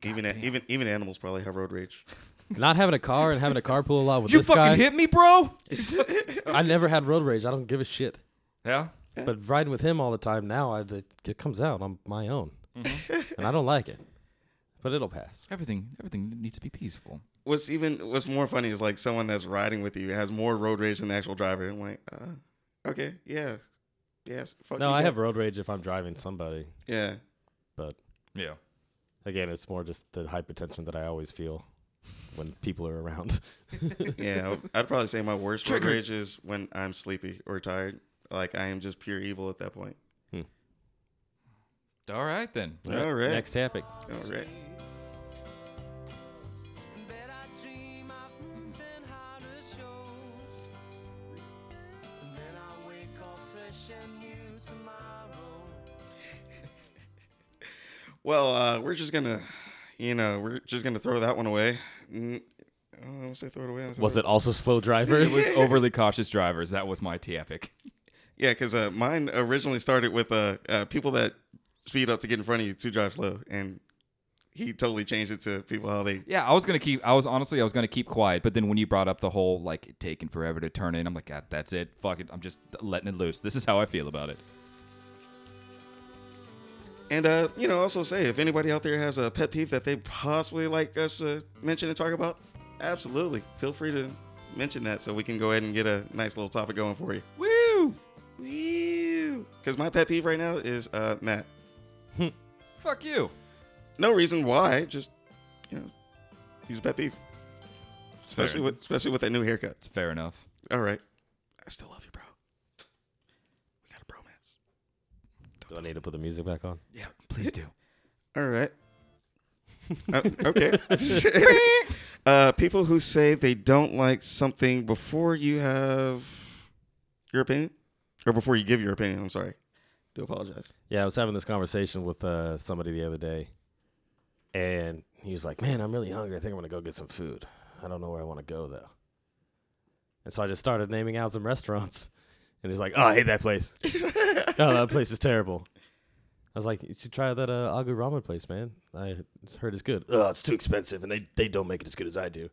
S4: Even a- even even animals probably have road rage.
S6: Not having a car and having a carpool a lot with
S2: you
S6: this
S2: fucking
S6: guy.
S2: hit me, bro.
S6: I never had road rage. I don't give a shit.
S2: Yeah.
S6: But riding with him all the time now, I, it, it comes out on my own,
S4: Mm-hmm.
S6: and I don't like it. But it'll pass.
S2: Everything, everything needs to be peaceful.
S4: What's even what's more funny is like someone that's riding with you has more road rage than the actual driver. I'm like, uh, okay, yeah, yes. Fuck
S3: No,
S4: you,
S3: I
S4: guy.
S3: have road rage if I'm driving somebody,
S4: Yeah,
S3: but
S2: Yeah.
S3: again, it's more just the hypertension that I always feel when people are around.
S4: yeah. I'd probably say my worst road rage is when I'm sleepy or tired. Like I am just pure evil at that point.
S2: All right then.
S4: All right.
S3: Next topic.
S4: All right.
S5: Bet I dream of roots and harness shows. And then I wake up fresh and new tomorrow.
S4: Well, uh, we're just gonna, you know, we're just gonna throw that one away. N- I don't wanna say throw it away. I wanna say
S3: Was
S4: throw
S3: it also slow drivers?
S2: It was overly cautious drivers. That was my T epic.
S4: Yeah, because uh, mine originally started with uh, uh, people that speed up to get in front of you to drive slow, and he totally changed it to people how they.
S2: Yeah, I was gonna keep. I was honestly, I was gonna keep quiet. But then when you brought up the whole like it taking forever to turn in, I'm like, God, that's it. Fuck it. I'm just letting it loose. This is how I feel about it.
S4: And uh, you know, also say if anybody out there has a pet peeve that they possibly like us to mention and talk about, absolutely feel free to mention that so we can go ahead and get a nice little topic going for you.
S2: Woo!
S4: Woo! Because my pet peeve right now is uh, Matt.
S2: Fuck you.
S4: No reason why, just you know, he's a pet peeve, especially
S2: fair.
S4: with especially with that new haircut.
S2: It's fair enough.
S4: All right. I still love you, bro. We got a bromance.
S3: Do I need to put the music back on?
S2: Yeah, please do.
S4: All right. Uh, okay. uh, people who say they don't like something before you have your opinion, or before you give your opinion. I'm sorry. Do apologize.
S3: Yeah, I was having this conversation with uh, somebody the other day, and he was like, "Man, I'm really hungry. I think I'm gonna go get some food. I don't know where I want to go though." And so I just started naming out some restaurants, and he's like, "Oh, I hate that place. oh, that place is terrible." I was like, "You should try that uh, Agu Ramen place, man. I heard it's good. Oh, it's too expensive, and they they don't make it as good as I do."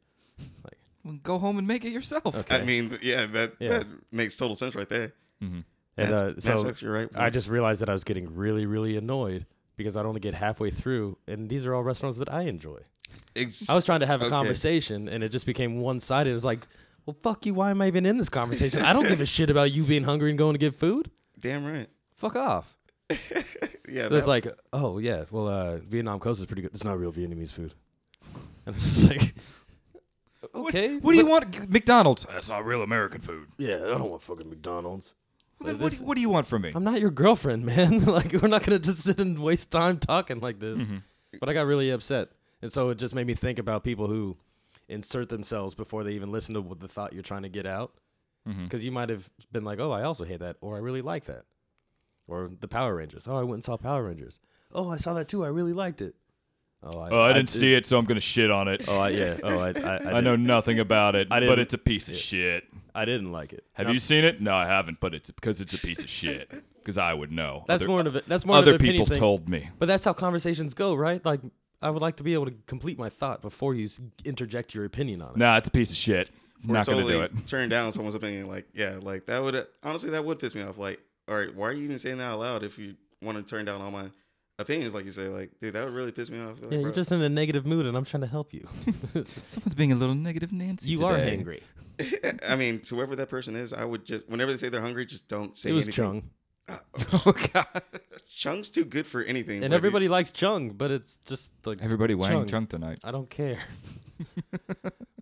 S2: Well, go home and make it yourself.
S3: Okay.
S4: I mean, yeah, that
S3: Yeah.
S4: that makes total sense right there.
S3: and
S4: Matt's-
S3: uh,
S4: Matt
S3: so
S4: sucks, you're right.
S3: I just realized that I was getting really, really annoyed because I'd only get halfway through, and these are all restaurants that I enjoy.
S4: Ex-
S3: I was trying to have a
S4: Okay.
S3: conversation, and it just became one sided. It was like, well, fuck you. Why am I even in this conversation? I don't give a shit about you being hungry and going to get food.
S4: damn right.
S3: Fuck off.
S4: Yeah,
S3: It was
S4: that,
S3: like, oh yeah, well, uh, Vietnam Coast is pretty good. It's not real Vietnamese food. And it's just like, okay,
S2: What do you want? McDonald's. That's not real American food.
S3: yeah, I don't want fucking McDonald's.
S2: Well, then
S3: But
S2: what,
S3: this-
S2: do, what do you want from me?
S3: I'm not your girlfriend, man. like we're not gonna just sit and waste time talking like this.
S2: Mm-hmm.
S3: But I got really upset, and so it just made me think about people who insert themselves before they even listen to what the thought you're trying to get out,
S2: Mm-hmm.
S6: because you might have been like, "Oh, I also hate that," or "I really like that," or the Power Rangers. Oh, I went and saw Power Rangers. Oh, I saw that too. I really liked it. Oh,
S2: Uh,
S6: I,
S2: it, so I'm gonna shit on it.
S3: Oh, I, yeah. Oh, I, I, I, did,
S2: nothing about it,
S3: I didn't-
S2: piece of shit.
S3: I didn't like it.
S2: Have you seen it? No, I haven't, but it's because it's a piece of shit. Because I would know.
S6: That's
S2: Other-
S6: more of a, that's more
S2: other
S6: of an opinion
S2: people
S6: thing.
S2: told me.
S6: But that's how conversations go, right? Like, I would like to be able to complete my thought before you s- interject your opinion on it.
S2: Nah, it's a piece of shit. I'm not
S4: totally
S2: gonna do it.
S4: turn down someone's opinion. Like, yeah, like that would honestly that would piss me off. Like, all right, why are you even saying that out loud if you want to turn down all my opinions? Like you say, like, dude, that would really piss me off. Like,
S6: yeah, you're
S4: bro,
S6: just in a negative mood, and I'm trying to help you.
S2: Someone's being a little negative, Nancy.
S6: you are hangry.
S4: I mean, to whoever that person is, I would just whenever they say they're hungry, just don't say
S6: It was
S4: anything.
S6: Chung,
S2: Oh God.
S4: Chung's too good for anything. but
S6: and
S4: it-
S6: everybody likes Chung, but it's just like
S2: Everybody
S6: Chung.
S2: wang chunk tonight.
S6: I don't care.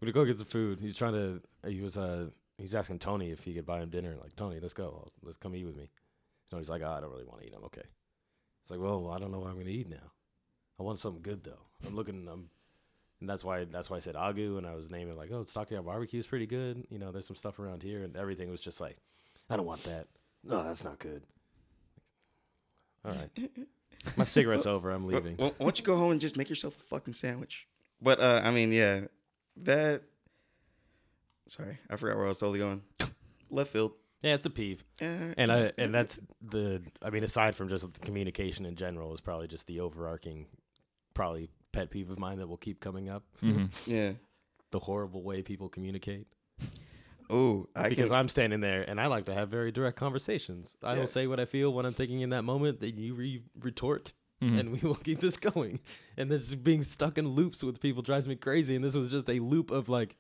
S6: We're gonna go get some food. He's trying to. He was. Uh, he's asking Tony if he could buy him dinner. Like Tony, let's go. Let's come eat with me. Tony's like, "Ah, I don't really want to eat. I'm okay. It's like, well, I don't know what I'm gonna eat now. I want something good though. I'm looking. I'm, and that's why. That's why I said Agu, and I was naming like, oh, Stockyard Barbecue is pretty good. You know, there's some stuff around here, and everything was just like, I don't want that. No, that's not good. All right. My cigarette's over. I'm
S4: Well,
S6: leaving.
S4: well, why don't you go home and just make yourself a fucking sandwich? But uh, I mean, yeah, that. Sorry, I forgot where I was totally going. Left field.
S6: Yeah, it's a peeve.
S4: Eh,
S3: And I, and that's the. I mean, aside from just the communication in general, is probably just the overarching, probably pet peeve of mine that will keep coming up.
S4: yeah.
S3: The horrible way people communicate.
S4: Oh, I
S3: Because
S4: can.
S3: I'm standing there and I like to have very direct conversations. I
S4: Yeah.
S3: will say what I feel, what I'm thinking in that moment, then you re- retort,
S4: Mm-hmm.
S3: and we will keep this going. And this being stuck in loops with people drives me crazy. And this was just a loop of like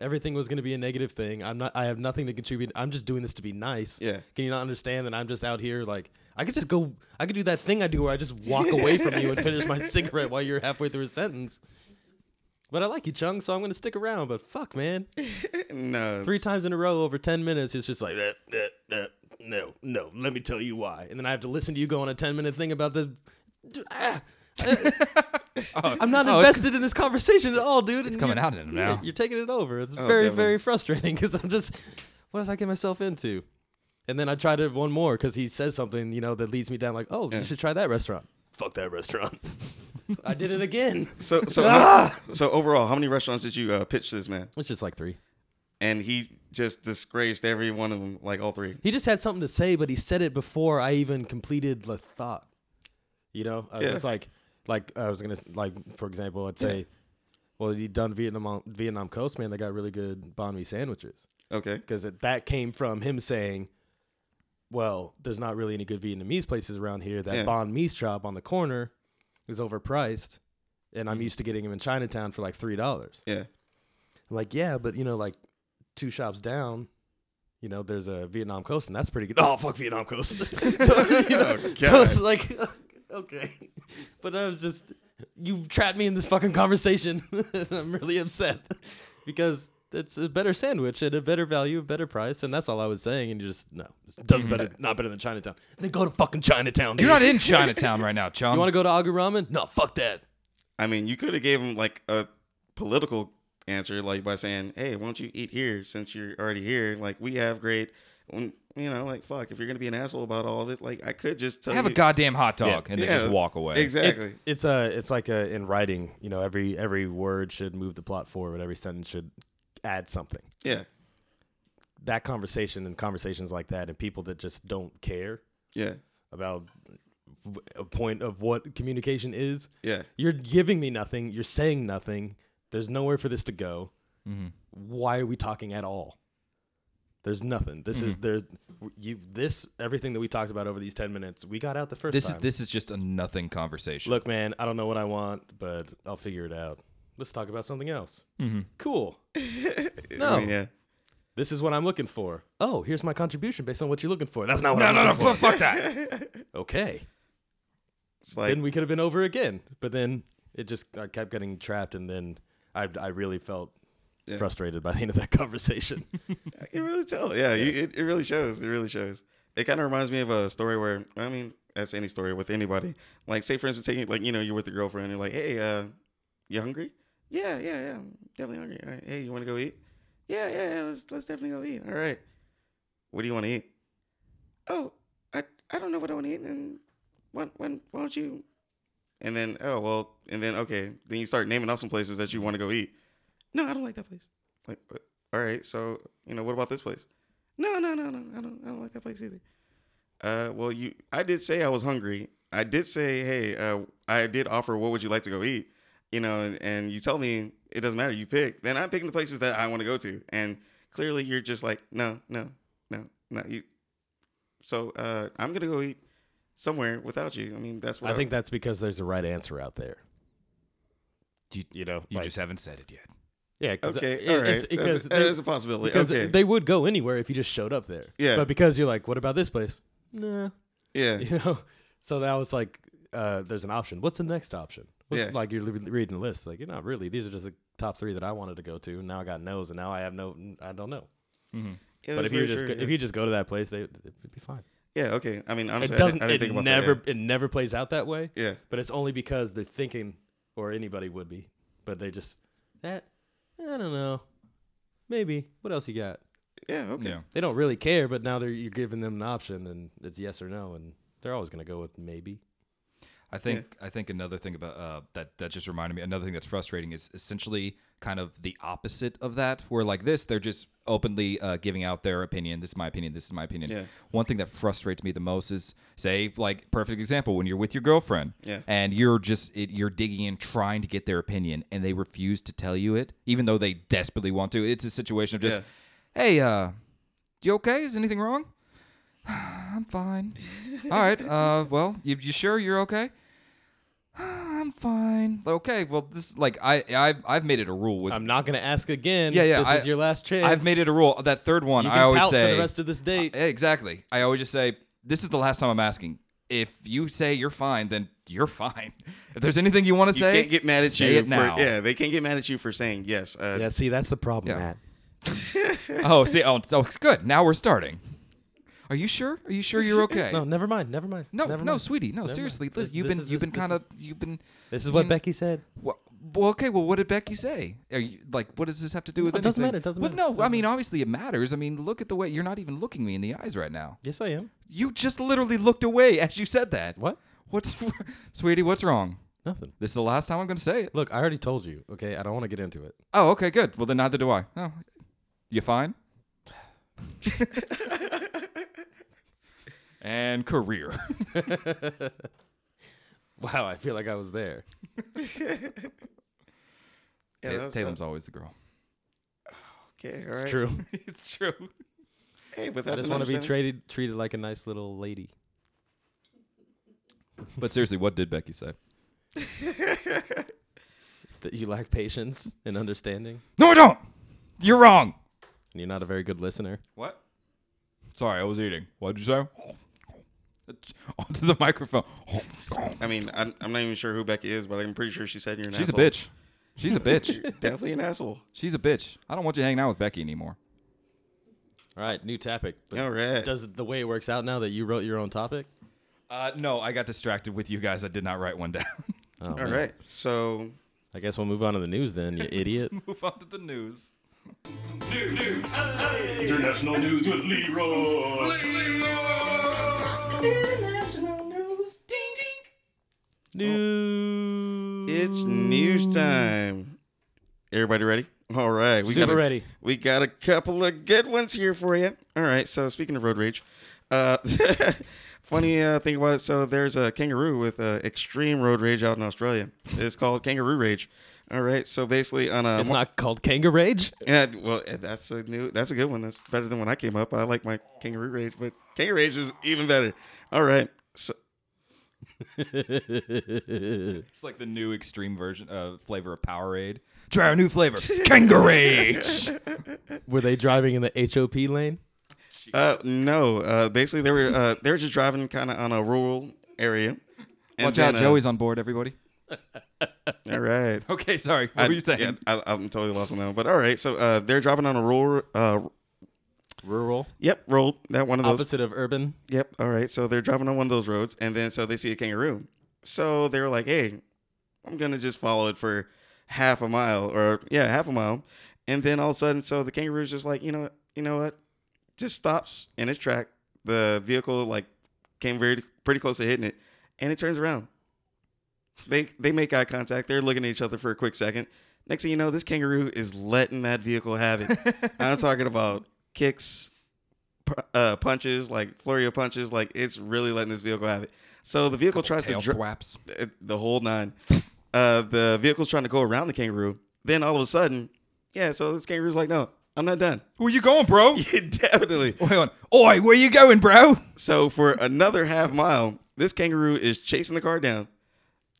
S3: everything was going to be a negative thing. I'm not. I have nothing to contribute. I'm just doing this to be nice.
S4: Yeah.
S3: Can you not understand that I'm just out here like I could just go. I could do that thing I do where I just walk away from you and finish my cigarette while you're halfway through a sentence. But I like you, Chung, so I'm going to stick around. But fuck, man
S4: no.
S3: three times in a row over 10 minutes it's just like "Eh, eh, eh, no no let me tell you why and then i have to listen to you go on a 10 minute thing about the Ah. i'm not
S2: oh, it's
S3: invested in this conversation at all dude it's
S2: coming out in him now.
S3: you're taking it over it's very
S4: definitely.
S3: very frustrating because i'm just what did i get myself into and then i tried it one more because he says something you know that leads me down like oh you should try that restaurant fuck that restaurant i did it again
S4: So so
S2: Ah!
S4: so overall, how many restaurants did you uh, pitch to this man?
S3: it's just like three
S4: And he just disgraced every one of them, like all three.
S3: He just had something to say, but he said it before I even completed the thought. You know, I was
S4: Yeah.
S3: just like, like I was gonna like, for example, I'd say, well, you done Vietnam Vietnam Coast, man. They got really good banh mi sandwiches
S4: Okay.
S3: because that came from him saying, well, there's not really any good Vietnamese places around here. That
S4: Yeah.
S3: banh mi shop on the corner is overpriced, and
S4: Mm-hmm.
S3: I'm used to getting them in Chinatown for like three dollars.
S4: Yeah.
S3: I'm like, yeah, but you know, like two shops down, you know, there's a Vietnam Coast, and that's pretty good. Oh, fuck Vietnam Coast. so, you know, so it's
S4: God.
S3: like, okay. But I was just, you trapped me in this fucking conversation. and I'm really upset because it's a better sandwich at a better value, a better price, and that's all I was saying. And you just, no, it's doesn't better, not better than Chinatown. Then go to fucking Chinatown.
S2: You're
S3: dude.
S2: not in Chinatown right now, Chung.
S3: You want to go to Agu Ramen? No, fuck that.
S4: I mean, you could have gave him like a political answer, like by saying, "Hey, why don't you eat here since you're already here? Like we have great." When, you know, like fuck. If you're gonna be an asshole about all of it, like I could just tell
S2: have a
S4: you-
S2: goddamn hot dog and then
S4: Yeah,
S2: just walk away.
S4: Exactly.
S3: It's, it's uh it's like uh in writing, you know, every every word should move the plot forward, every sentence should add something.
S4: yeah.
S3: That conversation and conversations like that and people that just don't care
S4: Yeah.
S3: about w- a point of what communication is.
S4: Yeah.
S3: You're giving me nothing, you're saying nothing. There's nowhere for this to go.
S2: Mm-hmm.
S3: Why are we talking at all? There's nothing. This
S2: Mm-hmm.
S3: is there you this everything that we talked about over these 10 minutes. We got out the first
S2: This is
S3: time.
S2: this is just a nothing conversation.
S3: Look, man, I don't know what I want, but I'll figure it out. Let's talk about something else.
S4: Mm-hmm.
S3: Cool. no,
S2: Oh.
S4: I mean, yeah.
S3: this is what I'm looking for. Oh, here's my contribution based on what you're looking for. That's not what
S2: no,
S3: I'm
S2: no, no,
S3: looking
S2: fuck, fuck that.
S3: for. Okay.
S4: It's like
S3: then we could have been over again, but then it just I kept getting trapped, and then I I really felt
S4: Yeah.
S3: frustrated by the end of that conversation.
S4: I can really tell. Yeah, You, it, it really shows. It really shows. It kind of reminds me of a story where I mean, that's any story with anybody. Like, say for instance, taking like you know you're with your girlfriend. You're like, hey, uh, you hungry? Yeah, yeah, yeah. I'm definitely hungry. All right, hey, you want to go eat? Yeah, yeah, yeah let's let's definitely go eat. All right. What do you want to eat? Oh, I I don't know what I want to eat. And when when why don't you? And then oh well, and then okay, then you start naming off some places that you want to go eat. No, I don't like that place. Like, uh, all right, so you know what about this place? No, no, no, no, I don't I don't like that place either. Uh, well, you I did say I was hungry. I did say hey, uh, I did offer what would you like to go eat? you know, and, and you tell me it doesn't matter, you pick, then I'm picking the places that I want to go to. And clearly you're just like, no, no, no, no. You, so uh, I'm going to go eat somewhere without you. I mean, that's what
S3: I think that's because there's a right answer out there.
S2: You-
S3: You know,
S2: You
S3: like-
S2: just haven't said it yet.
S3: yeah. 'cause uh,
S4: Okay,
S3: it-
S4: all
S3: it's-
S4: right.
S3: because
S4: that,
S3: they-
S4: that is a possibility.
S3: because
S4: okay.
S3: they would go anywhere if you just showed up there.
S4: Yeah.
S3: But because you're like, what about this place? Nah.
S4: yeah.
S3: You know. So now it's like, uh, there's an option. What's the next option? What's-
S4: Yeah.
S3: Like you're li- reading the list. Like you're not really. These are just the top three that I wanted to go to. And now I got no's, and now I have no. I don't know.
S4: Yeah,
S3: but
S4: that's
S3: if you
S4: very
S3: just
S4: true,
S3: go,
S4: yeah.
S3: if you just go to that place, they it'd be fine.
S4: yeah, okay. I mean, honestly,
S3: it
S4: I didn't,
S3: doesn't.
S4: I didn't think
S3: it
S4: about
S3: never.
S4: that.
S3: It never plays out that way.
S4: Yeah.
S3: But it's only because they're thinking, or anybody would be, but they just that. I don't know. Maybe. What else you got?
S4: Yeah. Yeah. Okay.
S2: Yeah.
S3: They don't really care, but now they're you're giving them an option, and it's yes or no, and they're always gonna go with maybe.
S2: I think I think another thing about uh, that that just reminded me. Another thing that's frustrating is essentially kind of the opposite of that. Where like this, they're just openly uh, giving out their opinion. This is my opinion. This is my opinion.
S4: Yeah.
S2: One thing that frustrates me the most is say like perfect example when you're with your girlfriend.
S4: Yeah.
S2: And you're just it, you're digging in trying to get their opinion, and they refuse to tell you it, even though they desperately want to. It's a situation of just, hey, uh, you okay? Is anything wrong? I'm fine. All right. Uh, well, you, you sure you're okay? I'm fine. Okay. Well, this like I I've, I've made it a rule with.
S3: I'm not gonna ask again.
S2: Yeah, yeah,
S3: This
S2: I-
S3: is your last chance.
S2: I've made it a rule. That third one,
S3: You
S2: I
S3: can
S2: always
S3: pout
S2: say
S3: for the rest of this date.
S2: Yeah, exactly. I always just say this is the last time I'm asking. If you say you're fine, then you're fine. If there's anything you want to
S4: You
S2: say,
S4: can't get mad at
S2: say
S4: you.
S2: it now.
S4: For, yeah, they can't get mad at you for saying yes. Uh,
S3: yeah, see, that's the problem,
S2: Yeah.
S3: Matt.
S2: Oh, see, oh, oh, it's good. Now we're starting. Are you sure? Are you sure you're okay?
S3: No, never mind. Never mind.
S2: no,
S3: never
S2: no,
S3: mind.
S2: sweetie. No,
S3: Never mind.
S2: seriously.
S3: This-
S2: Liz, you've
S3: this
S2: been
S3: is-
S2: you've
S3: this-
S2: been
S3: this
S2: kind
S3: is-
S2: of you've been.
S3: This is what
S2: you-
S3: Becky said.
S2: Well, well, okay. Well, what did Becky say? Are you like, what does this have to do with?
S3: It doesn't
S2: anything?
S3: matter, it doesn't
S2: well,
S3: matter,
S2: no.
S3: it doesn't
S2: I mean, obviously it matters. I mean, look at the way you're not even looking me in the eyes right now.
S3: Yes, I am.
S2: You just literally looked away as you said that.
S3: What?
S2: What's, sweetie? What's wrong?
S3: Nothing.
S2: This is the last time I'm going to say it.
S3: Look, I already told you. Okay, I don't want to get into it.
S2: Oh, okay, good. Well, then neither do I. Oh, you fine? and career.
S3: Wow, I feel like I was there.
S4: yeah, that was- that
S2: Tatum's
S4: was-
S2: always the girl.
S4: Okay. All right.
S3: It's true.
S2: it's true.
S4: Hey, but
S3: I
S4: that's
S3: just want to be treated treated like a nice little lady.
S2: But seriously, what did Becky say?
S3: That you lack patience and understanding,
S2: No, I don't. You're wrong.
S3: and you're not a very good listener.
S4: What?
S2: Sorry, I was eating. What'd you say? Onto the microphone.
S4: I mean, I'm, I'm not even sure who Becky is, but I'm pretty sure she said you're an
S2: She's a
S4: asshole.
S2: bitch. She's a bitch.
S4: Definitely an asshole.
S2: She's a bitch. I don't want you hanging out with Becky anymore.
S3: All right, new topic. But
S4: All right.
S3: Does it- the way it works out now that you wrote your own topic?
S2: Uh, no, I got distracted with you guys. I did not write one down.
S3: Oh,
S4: All right. So
S3: I guess we'll move on to the news then, you idiot.
S2: Move on to the news.
S8: International news with Leroy.
S3: news.
S4: it's news time. Everybody ready? All right. We
S3: Super
S4: got a,
S3: ready.
S4: We got a couple of good ones here for you. All right. So speaking of road rage, uh, funny uh, thing about it. So there's a kangaroo with uh, extreme road rage out in Australia. It's called kangaroo rage. All right. So basically on a
S3: It's not called kangaroo rage.
S4: Yeah, well, eh, that's a new, that's a good one. That's better than when I came up. I like my kangaroo rage, but kangaroo rage is even better. All right, so
S2: It's like the new extreme version uh, flavor of Powerade. Try our new flavor, Kangaroo.
S3: Were they driving in the HOP lane?
S4: uh, no, uh, basically they were uh, they were just driving kind of on a rural area. And
S2: Watch out,
S4: then, uh,
S2: Joey's on board, everybody.
S4: All right.
S2: Okay, sorry. What
S4: I-
S2: were you saying?
S4: yeah, I, I'm totally lost on that one. But all right, so uh, they're driving on a rural. Uh,
S3: Rural,
S4: yep, road. That one of those.
S3: opposite of urban.
S4: Yep. All right. So they're driving on one of those roads, and then so they see a kangaroo. So they're like, "Hey, I'm gonna just follow it for half a mile, or yeah, half a mile." And then all of a sudden, so the kangaroo's just like, you know, what, you know what, just stops in its track. The vehicle like came very pretty close to hitting it, and it turns around. They they make eye contact. They're looking at each other for a quick second. Next thing you know, this kangaroo is letting that vehicle have it. I'm talking about kicks, pu- uh, punches, like flurry of punches. Like it's really letting this vehicle have it. So the vehicle tries to
S2: Tail
S4: dr-
S2: thwaps.
S4: uh, the whole nine. Uh, the vehicle's trying to go around the kangaroo. Then all of a sudden, yeah. So this kangaroo's like, "No, I'm not done."
S2: Where you going, bro?
S4: Yeah, Definitely.
S2: Wait on. Oi, where you going, bro?
S4: So for another half mile, this kangaroo is chasing the car down,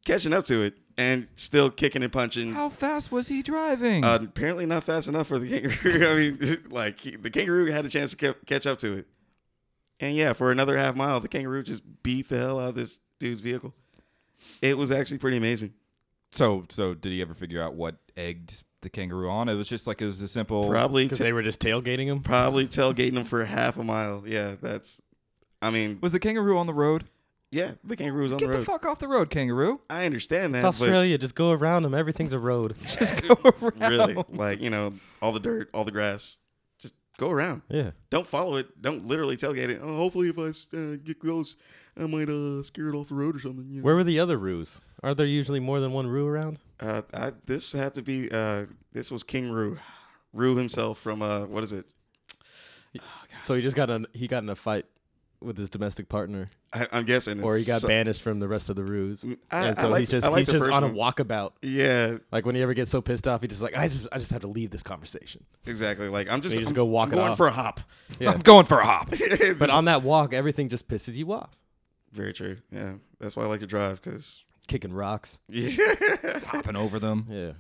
S4: catching up to it, and still kicking and punching.
S2: How fast was he driving?
S4: Uh, apparently not fast enough for the kangaroo. I mean, like he- the kangaroo had a chance to ca- catch up to it. And yeah, for another half mile, the kangaroo just beat the hell out of this dude's vehicle. It was actually pretty amazing.
S2: so, so did he ever figure out what egged the kangaroo on? It was just like it was a simple.
S4: Probably
S3: Because
S4: ta-
S3: they were just tailgating him.
S4: probably tailgating them for half a mile. Yeah, that's. I mean,
S2: Was the kangaroo on the road?
S4: yeah, the kangaroo's on
S2: Get
S4: the
S2: the
S4: road.
S2: fuck off the road, kangaroo.
S4: I understand that.
S3: It's Australia. Just go around him. Everything's a road.
S2: Just go around.
S4: But really, like you know, all the dirt, all the grass, just go around.
S3: Yeah.
S4: Don't follow it. Don't literally tailgate it. Oh, hopefully, if I uh, get close, I might uh, scare it off the road or something. You know?
S3: Where were the other roos? Are there usually more than one roo around?
S4: Uh, I, this had to be. Uh, this was King Rue, Rue himself from uh, what is it?
S3: So he just got in, he got in a fight with his domestic partner,
S4: I, I'm guessing.
S3: or he
S4: it's
S3: got
S4: so- Mm,
S3: banished from the rest of the roos,
S4: I-
S3: and
S4: I
S3: so
S4: like-
S3: he's just
S4: I like
S3: he's
S4: the
S3: just
S4: first
S3: on a
S4: one.
S3: walkabout.
S4: Yeah,
S3: Like when he ever gets so pissed off, he just like I just I just have to leave this conversation.
S4: exactly. Like I'm just,
S3: They just
S4: I'm-
S3: go walk
S4: I'm
S3: it
S4: going
S3: off.
S4: for a hop.
S3: Yeah,
S2: I'm going for a hop.
S3: but on that walk, everything just pisses you off.
S4: Very true. Yeah, that's why I like to drive because.
S3: Kicking rocks.
S2: Hopping over them.
S3: Yeah,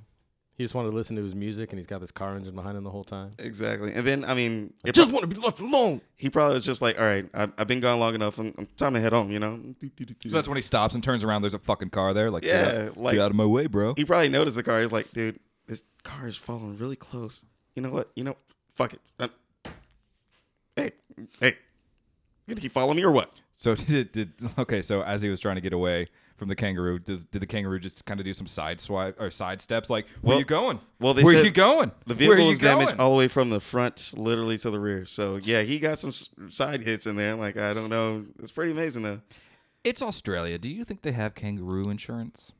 S3: he just wanted to listen to his music, and he's got this car engine behind him the whole time.
S4: Exactly. And then I mean,
S3: I
S4: it
S3: just want to be left alone.
S4: he probably was just like, "All right, I, I've been gone long enough. I'm, I'm time to head home." You know.
S2: So that's when he stops and turns around. There's a fucking car there. Like, get
S4: Yeah,
S2: out-
S4: like-
S2: get out of my way, bro.
S4: he probably noticed the car. He's like, "Dude, this car is following really close. You know what? You know, fuck it. I'm- hey, hey, you gonna keep following me or what?"
S2: So did, did okay. So as he was trying to get away from the kangaroo, did, did the kangaroo just kind of do some side swipe or side steps? Like, where
S4: Well-
S2: you going?
S4: well, they
S2: where
S4: said
S2: you going?
S4: The
S2: Where
S4: vehicle
S2: you
S4: was damaged
S2: going?"
S4: all the way from the front, literally to the rear. So yeah, he got some s- side hits in there. Like I don't know, it's pretty amazing though.
S2: It's Australia. Do you think they have kangaroo insurance?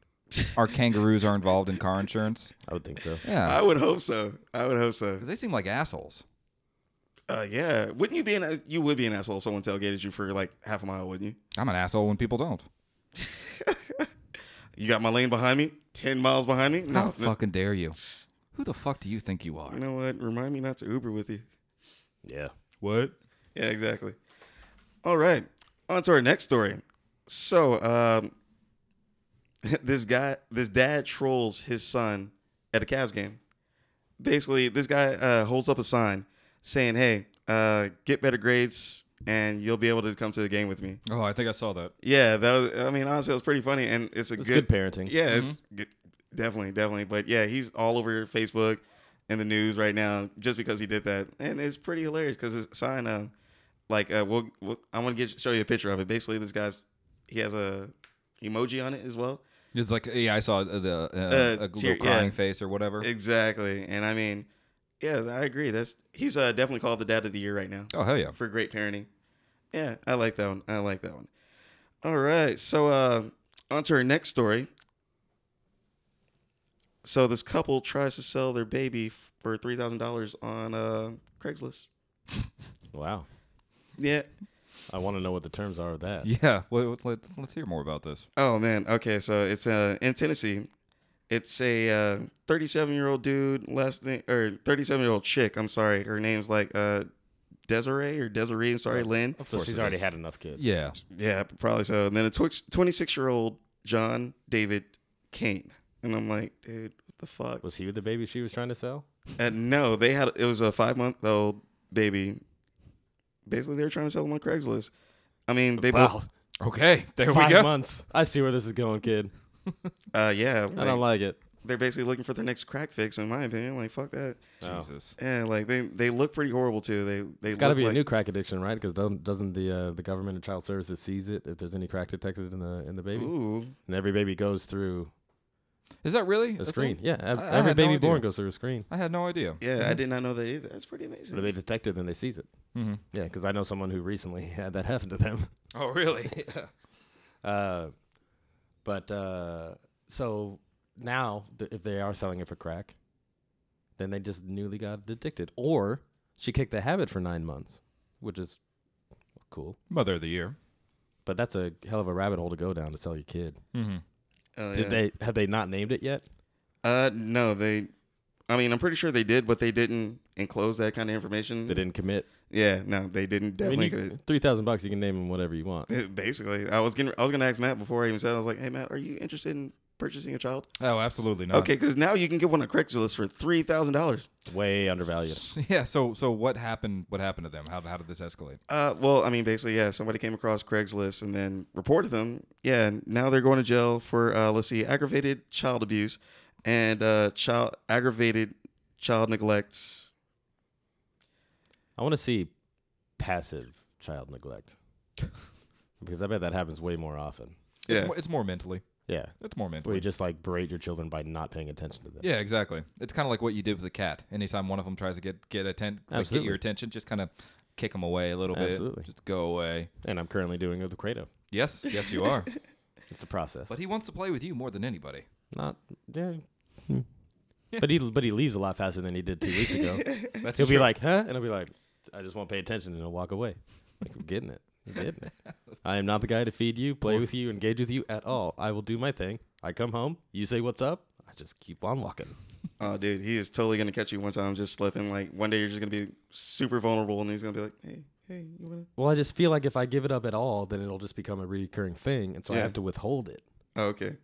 S2: Our kangaroos are involved in car insurance.
S3: I would think so.
S2: Yeah,
S4: I would hope so. I would hope so.
S2: 'Cause they seem like assholes.
S4: Uh, yeah, wouldn't you be an you would be an asshole if someone tailgated you for like half a mile, wouldn't you?
S2: I'm an asshole when people don't.
S4: You got my lane behind me, ten miles behind me.
S2: How
S4: No, th-
S2: fucking dare you? Who the fuck do you think you
S4: you
S2: are?
S4: know what? Remind me not to Uber with you.
S3: Yeah.
S2: What?
S4: Yeah, exactly. All right, on to our next story. So, um, this guy, this dad trolls his son at a Cavs game. Basically, this guy uh, holds up a sign saying, "Hey, uh, get better grades, and you'll be able to come to the game with me."
S2: Oh, I think I saw that.
S4: Yeah, that was. I mean, honestly, it was pretty funny, and it's a
S3: It's
S4: good,
S3: good parenting.
S4: Yeah, it's good, definitely, definitely. But yeah, he's all over Facebook and the news right now just because he did that, and it's pretty hilarious because his sign, uh, like, uh, we'll, we'll I'm gonna get show you a picture of it. Basically, this guy's he has a emoji on it as well.
S2: It's like yeah, I saw uh, the uh,
S4: Uh,
S2: a little
S4: tear- yeah.
S2: crying face or whatever.
S4: Exactly, and I mean, yeah, I agree. That's he's uh, definitely called the dad of the year right now.
S2: oh hell yeah!
S4: for great parenting. Yeah, I like that one. I like that one. All right. So uh on to our next story. So this couple tries to sell their baby f- for three thousand dollars on uh Craigslist.
S3: Wow.
S4: Yeah.
S3: I want to know what the terms are of that.
S2: Yeah, well, let, let's hear more about this.
S4: Oh man. Okay. So it's uh in Tennessee. It's a uh, thirty-seven-year-old dude, last name or thirty-seven-year-old chick. I'm sorry, her name's like uh Desiree or Desiree. I'm sorry, Lynn.
S3: So
S2: course
S3: she's
S2: it
S3: already
S2: is.
S3: had enough kids.
S2: Yeah,
S4: Yeah, probably so. And then a twenty-six year old John David Kane, and I'm like, dude, what the fuck?
S3: Was he the baby she was trying to sell?
S4: And no, they had it was a five month old baby. Basically, they were trying to sell him on Craigslist. I mean, they both,
S2: Okay, there
S3: Five
S2: we go.
S3: months. I see where this is going, kid.
S4: uh, yeah,
S3: I
S4: like,
S3: don't like it.
S4: they're basically looking for their next crack fix. In my opinion, like fuck that.
S2: Jesus.
S4: Yeah, like they they look pretty horrible too. They they
S3: It's got to
S4: look
S3: be
S4: like,
S3: a new crack addiction, right? Because doesn't, doesn't the uh, the government of child services seize it if there's any crack detected in the in the baby?
S4: Ooh,
S3: And every baby goes through
S2: Is that really
S3: A
S2: That's
S3: screen.
S2: what-
S3: Yeah. ev-
S2: I- I
S3: every
S2: had no
S3: baby born
S2: idea.
S3: goes through a screen.
S2: I had no idea.
S4: Yeah, I did not know that either. That's pretty amazing.
S3: But if Mm-hmm. they detect it, then they seize it.
S2: hmm
S3: Yeah, because I know someone who recently had that happen to them.
S2: Oh, really?
S3: Uh, but uh, so now, th- if they are selling it for crack, then they just newly got addicted, or she kicked the habit for nine months, which is cool.
S2: Mother of the year.
S3: But that's a hell of a rabbit hole to go down to sell your kid.
S2: Mm-hmm.
S4: Oh, yeah.
S3: Did they have they not named it yet?
S4: Uh, no, they. I mean, I'm pretty sure they did, but they didn't enclose that kind of information.
S3: They didn't commit.
S4: Yeah, no, they didn't.
S3: I mean,
S4: Definitely.
S3: you- three thousand bucks, you can name them whatever you want.
S4: could- basically, I was gonna. I was gonna ask Matt before I even said. I was like, "Hey, Matt, are you interested in purchasing a child?"
S2: Oh, absolutely not.
S4: Okay, because now you can get one on Craigslist for three thousand dollars.
S3: Way undervalued.
S2: Yeah. So, so what happened? What happened to them? How, how did this escalate?
S4: Uh, well, I mean, basically, yeah, somebody came across Craigslist and then reported them. Yeah, and now they're going to jail for uh, let's see, aggravated child abuse and uh, child aggravated child neglect.
S3: I want to see passive child neglect because I bet that happens way more often.
S2: It's,
S4: Yeah,
S2: more, it's more mentally.
S3: Yeah,
S2: It's more
S3: where
S2: mentally.
S3: you just like berate your children by not paying attention to them.
S2: yeah, exactly. It's kind of like what you did with the cat. Anytime one of them tries to get get atten- like, get
S3: Absolutely.
S2: your attention, just kind of kick them away a little
S3: Absolutely.
S2: bit. Just go away.
S3: And I'm currently doing it with Credo.
S2: Yes, yes, you are.
S3: It's a process.
S2: but he wants to play with you more than anybody.
S3: Not yeah. Hmm. but he but he leaves a lot faster than he did two weeks ago.
S2: That's
S3: He'll be
S2: true.
S3: like, huh? And I'll be like, I just won't pay attention, and he'll walk away. Like I'm getting it. I'm getting it. I am not the guy to feed you, play with you, engage with you at all. I will do my thing. I come home. You say what's up. I just keep on walking.
S4: oh, dude, he is totally gonna catch you one time just slipping. Like one day you're just gonna be super vulnerable, and he's gonna be like, "Hey, hey, you wanna?"
S3: Well, I just feel like if I give it up at all, then it'll just become a recurring thing, and so I
S4: Yeah.
S3: have to withhold it.
S4: Oh, okay.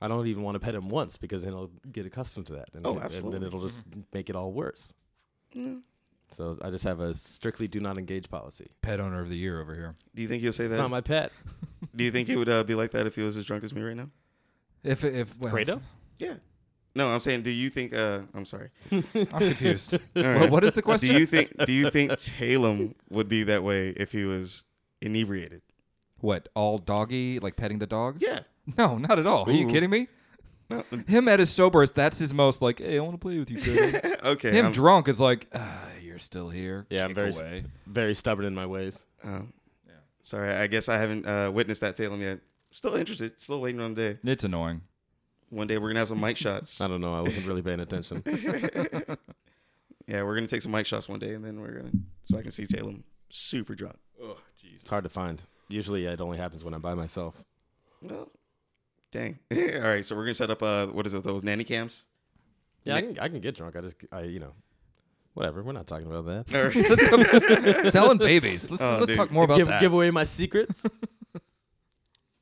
S3: I don't even want to pet him once because then he'll get accustomed to that, and,
S4: Oh,
S3: then, and then
S4: absolutely.
S3: it'll just make it all worse. So I just have a strictly do not engage policy.
S2: pet owner of the year over here.
S4: Do you think he'll say
S3: It's
S4: that?
S3: not my pet.
S4: Do you think he would uh, be like that if he was as drunk as me right now?
S2: If if well,
S3: Credo?
S4: Yeah. No, I'm saying, do you think? Uh, I'm sorry.
S2: I'm confused.
S4: All
S2: Well,
S4: right.
S2: what is the question?
S4: Do you think? Do you think Talem would be that way if he was inebriated?
S2: What all doggy like petting the dog?
S4: Yeah.
S2: No, not at all. Are you
S4: Ooh.
S2: kidding me?
S4: No,
S2: Him at his soberest, that's his most like, hey, I want to play with you. Credo."
S4: uh, okay.
S2: Him
S4: I'm-
S2: drunk is like, ah, you're still here.
S3: Yeah, I'm
S2: Kick
S3: very s-
S2: away.
S3: Very stubborn in my ways.
S4: um, Sorry, I guess I haven't uh, witnessed that Talem yet. Still interested. Still waiting on the day.
S2: It's annoying.
S4: One day we're gonna have some mic shots.
S3: I don't know. I wasn't really paying attention.
S4: Yeah, we're gonna take some mic shots one day, and then we're gonna so I can see Talem super drunk.
S3: It's hard to find. Usually, it only happens when I'm by myself.
S4: Well, dang. All right, so we're gonna set up uh, what is it? Those nanny cams.
S3: Yeah, I can, I can get drunk. I just, I, you know, whatever. We're not talking about that.
S4: Or-
S2: Let's go- selling babies. Let's,
S4: Oh,
S2: let's
S4: dude.
S2: talk more about
S3: give,
S2: that.
S3: give away my secrets.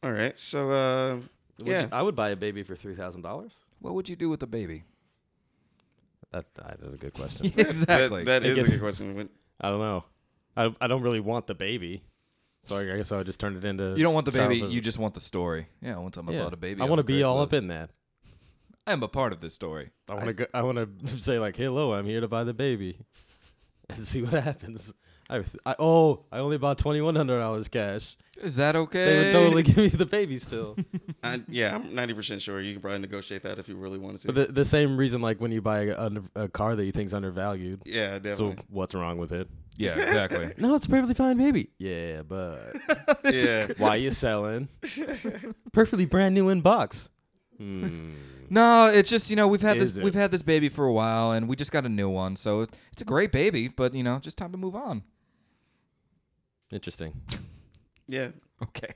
S4: All right, so uh,
S3: Would you-
S4: yeah,
S3: I would buy a baby for three thousand dollars.
S2: What would you do with a baby?
S3: That's that is a good question.
S2: exactly.
S4: that, that
S3: I
S4: is
S3: guess-
S4: a good question. When-
S3: I don't know. I, I don't really want the baby, so I guess I would just turn it into.
S2: you don't want the baby.
S3: childhood.
S2: You just want the story. Yeah, I want something
S3: Yeah.
S2: about a baby.
S3: I
S2: on
S3: want to be all up
S2: Craigslist.
S3: in that.
S2: I'm a part of this story.
S3: I want to. go I want to say like, "Hello, I'm here to buy the baby," and see what happens. I, was- I oh, I only bought twenty one hundred dollars cash.
S2: Is that okay?
S3: They would totally give me the baby still.
S4: I, yeah, I'm 90% sure you can probably negotiate that if you really wanted to.
S3: But the, the same reason, like when you buy a, under- a car that you think's undervalued.
S4: yeah,
S3: So
S4: definitely.
S3: what's wrong with it?
S2: Yeah, exactly.
S3: No, it's a perfectly fine baby. Yeah, but
S4: yeah.
S3: why you selling? perfectly brand new in box. Hmm.
S2: no, it's just you know we've had
S3: Is
S2: this
S3: it?
S2: we've had this baby for a while, and we just got a new one, so it- it's a great baby. But you know, just time to move on.
S3: Interesting.
S4: Yeah.
S2: Okay.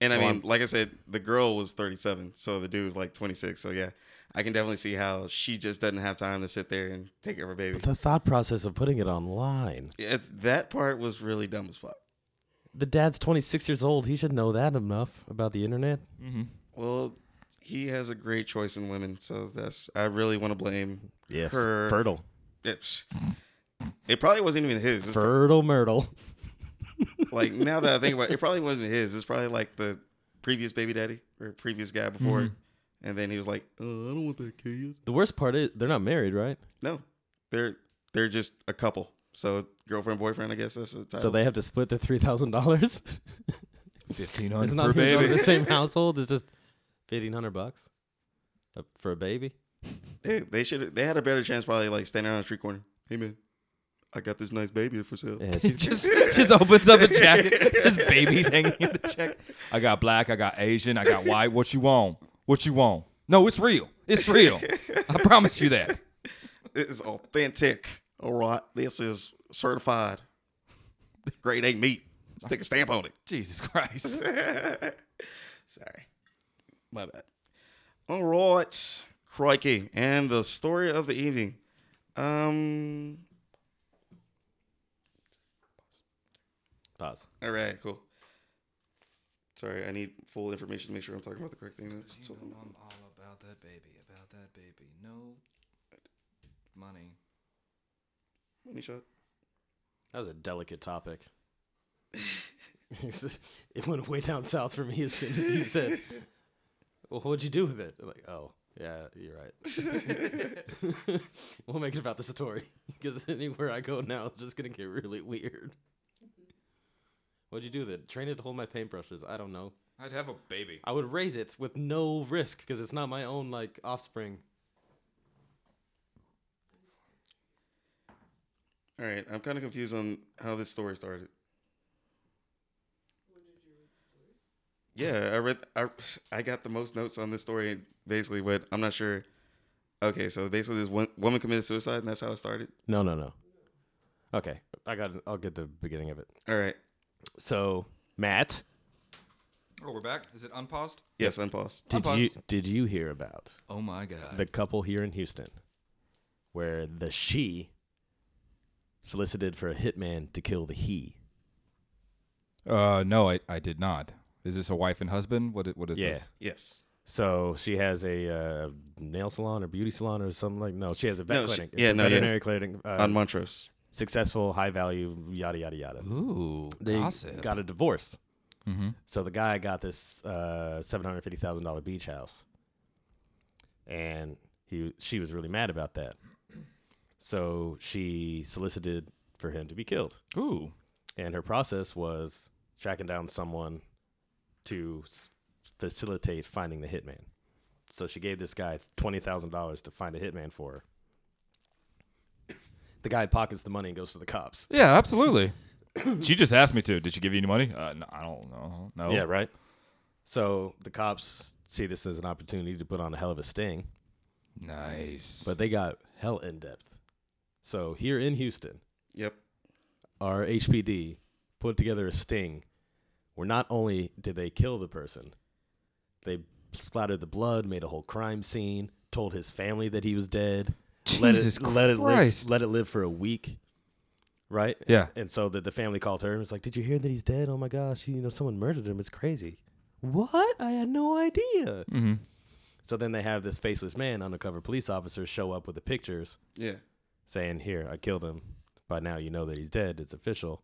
S4: And I
S3: Well,
S4: mean, like I said, the girl was 37, so the dude was like 26. So yeah, I can definitely see how she just doesn't have time to sit there and take care of her baby.
S3: But the thought process of putting it online.
S4: It's, that part was really dumb as fuck.
S3: The dad's 26 years old. He should know that enough about the internet.
S4: Well, he has a great choice in women, so that's I really want to blame
S3: Yes.
S4: her.
S3: Fertile.
S4: It's, it probably wasn't even his. It's
S3: Fertile Myrtle.
S4: like now that I think about it, it probably wasn't his. It's probably like the previous baby daddy or previous guy before,
S3: Mm-hmm.
S4: and then he was like, "Uh, I don't want that kid."
S3: The worst part is they're not married, right?
S4: No, they're they're just a couple. So girlfriend boyfriend, I guess that's the title.
S3: So they have to split the three thousand dollars.
S2: Fifteen
S3: It's
S2: hundred
S3: not
S2: per
S3: it's not
S2: baby.
S3: the same household. It's just fifteen hundred bucks. Uh, for a baby?
S4: They, they should. They had a better chance probably like standing on a street corner. Hey man, I got this nice baby for sale.
S3: Yeah, she's
S2: just just opens up a jacket. Just babies hanging in the jacket. I got black. I got Asian. I got white. What you want? What you want? No, it's real. It's real. I promise you that.
S4: It's authentic. All right, this is certified. Grade A meat. Just take a stamp on it.
S2: Jesus Christ.
S4: Sorry. My bad. All right. Crikey. And the story of the evening. Um.
S3: Pause.
S4: All right, cool. Sorry, I need full information to make sure I'm talking about the correct thing. That's so-
S2: all about that baby. About that baby. No money.
S4: Money shot.
S3: That was a delicate topic. it went way down south for me as soon as you said, "Well, what'd you do with it?" I'm like, "Oh, yeah, you're right. we'll make it about the story because anywhere I go now, it's just gonna get really weird." What'd you do with it? Train it to hold my paintbrushes. I don't know.
S2: I'd have a baby.
S3: I would raise it with no risk because it's not my own like offspring.
S4: All right, I'm kind of confused on how this story started. Yeah, I read. I I got the most notes on this story basically, but I'm not sure. Okay, so basically, this one woman committed suicide, and that's how it started.
S3: No, no, no. Okay, I got. I'll get the beginning of it.
S4: All right.
S3: So Matt,
S2: Oh, we're back. Is it unpaused?
S4: Yes, unpause.
S3: did
S2: paused.
S3: you did you hear about
S2: Oh my God.
S3: the couple here in Houston where the she solicited for a hitman to kill the he?
S2: Uh, no, I, I did not. Is this a wife and husband? What i- what is
S3: Yeah.
S2: this?
S4: Yes.
S3: So she has a uh, nail salon or beauty salon or something like no, she has a vet
S4: No, she-
S3: clinic.
S4: yeah,
S3: a
S4: no, yeah.
S3: veterinary clinic. Uh,
S4: on Montrose.
S3: successful, high value, yada yada yada.
S2: Ooh,
S3: They
S2: gossip.
S3: got a divorce.
S2: Mhm.
S3: So the guy got this uh, seven hundred fifty thousand dollar beach house, and he she was really mad about that. So she solicited for him to be killed,
S2: Ooh,
S3: and her process was tracking down someone to s- facilitate finding the hitman. So she gave this guy twenty thousand dollars to find a hitman for her. The guy pockets the money and goes to the cops.
S2: yeah, absolutely. she just asked me to. Did she give you any money? Uh, no, I don't know. No.
S3: Yeah, right. So the cops see this as an opportunity to put on a hell of a sting,
S2: Nice.
S3: but they got hell in depth. So here in Houston,
S4: Yep.
S3: our HPD put together a sting where not only did they kill the person, they splattered the blood, made a whole crime scene, told his family that he was dead.
S2: Jesus
S3: let it, let it
S2: Christ.
S3: live let it live for a week. Right?
S2: Yeah.
S3: And so the, the family called her and was like, Did you hear that he's dead? Oh my gosh, you know, someone murdered him. It's crazy. What? I had no idea.
S2: hmm
S3: So then they have this faceless man, undercover police officer, show up with the pictures
S4: Yeah.
S3: saying, Here, I killed him. By now, you know that he's dead. It's official.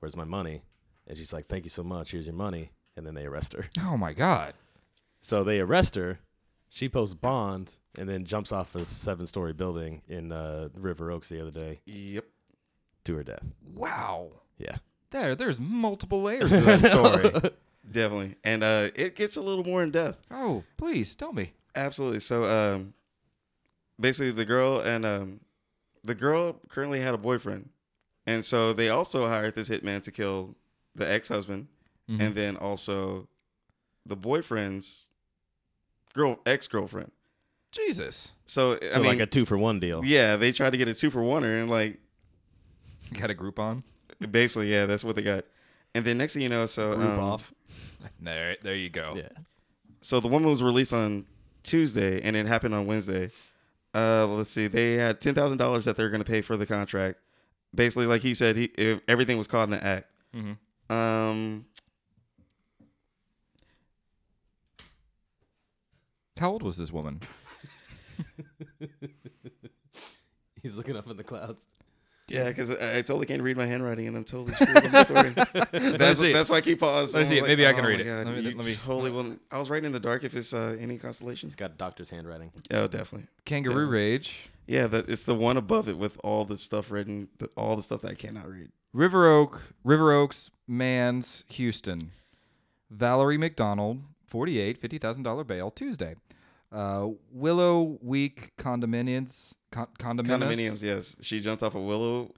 S3: Where's my money? And she's like, Thank you so much. Here's your money. And then they arrest her.
S2: Oh my God.
S3: So they arrest her. She posts bond and then jumps off a seven story building in uh, River Oaks the other day
S4: Yep.
S3: to her death.
S2: Wow.
S3: Yeah.
S2: There, there's multiple layers to that story.
S4: Definitely. And uh, it gets a little more in depth.
S2: oh, please tell me.
S4: Absolutely. So um, basically, the girl and um, the girl currently had a boyfriend, and so they also hired this hitman to kill the ex-husband, and then also the boyfriend's girl ex-girlfriend.
S2: Jesus.
S4: So I
S3: So
S4: mean,
S3: like a two for one deal.
S4: yeah, they tried to get a two for one, and like
S2: Got a group on.
S4: basically, yeah, that's what they got. And then next thing you know, so um,
S2: There, there you go.
S3: Yeah.
S4: so the woman was released on Tuesday, and it happened on Wednesday. Uh, let's see, they had ten thousand dollars that they're going to pay for the contract. Basically, like he said, he if everything was caught in the act.
S2: Mhm.
S4: Um,
S2: How old was this woman?
S3: He's looking up in the clouds.
S4: yeah, because I, I totally can't read my handwriting, and I'm totally screwed on the story. That's,
S2: see it.
S4: that's why I keep pausing.
S2: Let me see
S4: I'm
S2: it. Maybe I can
S4: oh
S2: read
S4: my
S2: it. Let
S4: God,
S2: me-
S4: you
S2: let me-
S4: totally will I was writing in the dark. If it's uh, any constellations,
S3: He's got doctor's handwriting.
S4: oh, definitely.
S2: Kangaroo
S4: Yeah.
S2: Rage,
S4: Yeah, that it's the one above it with all the stuff written, the, all the stuff that I cannot read.
S2: River Oak, River Oaks, Mans, Houston. Valerie McDonald, 48, $50,000 bail, Tuesday. Uh, Willow Week condominiums. Con- condominiums.
S4: Condominiums, yes. She jumped off a willow.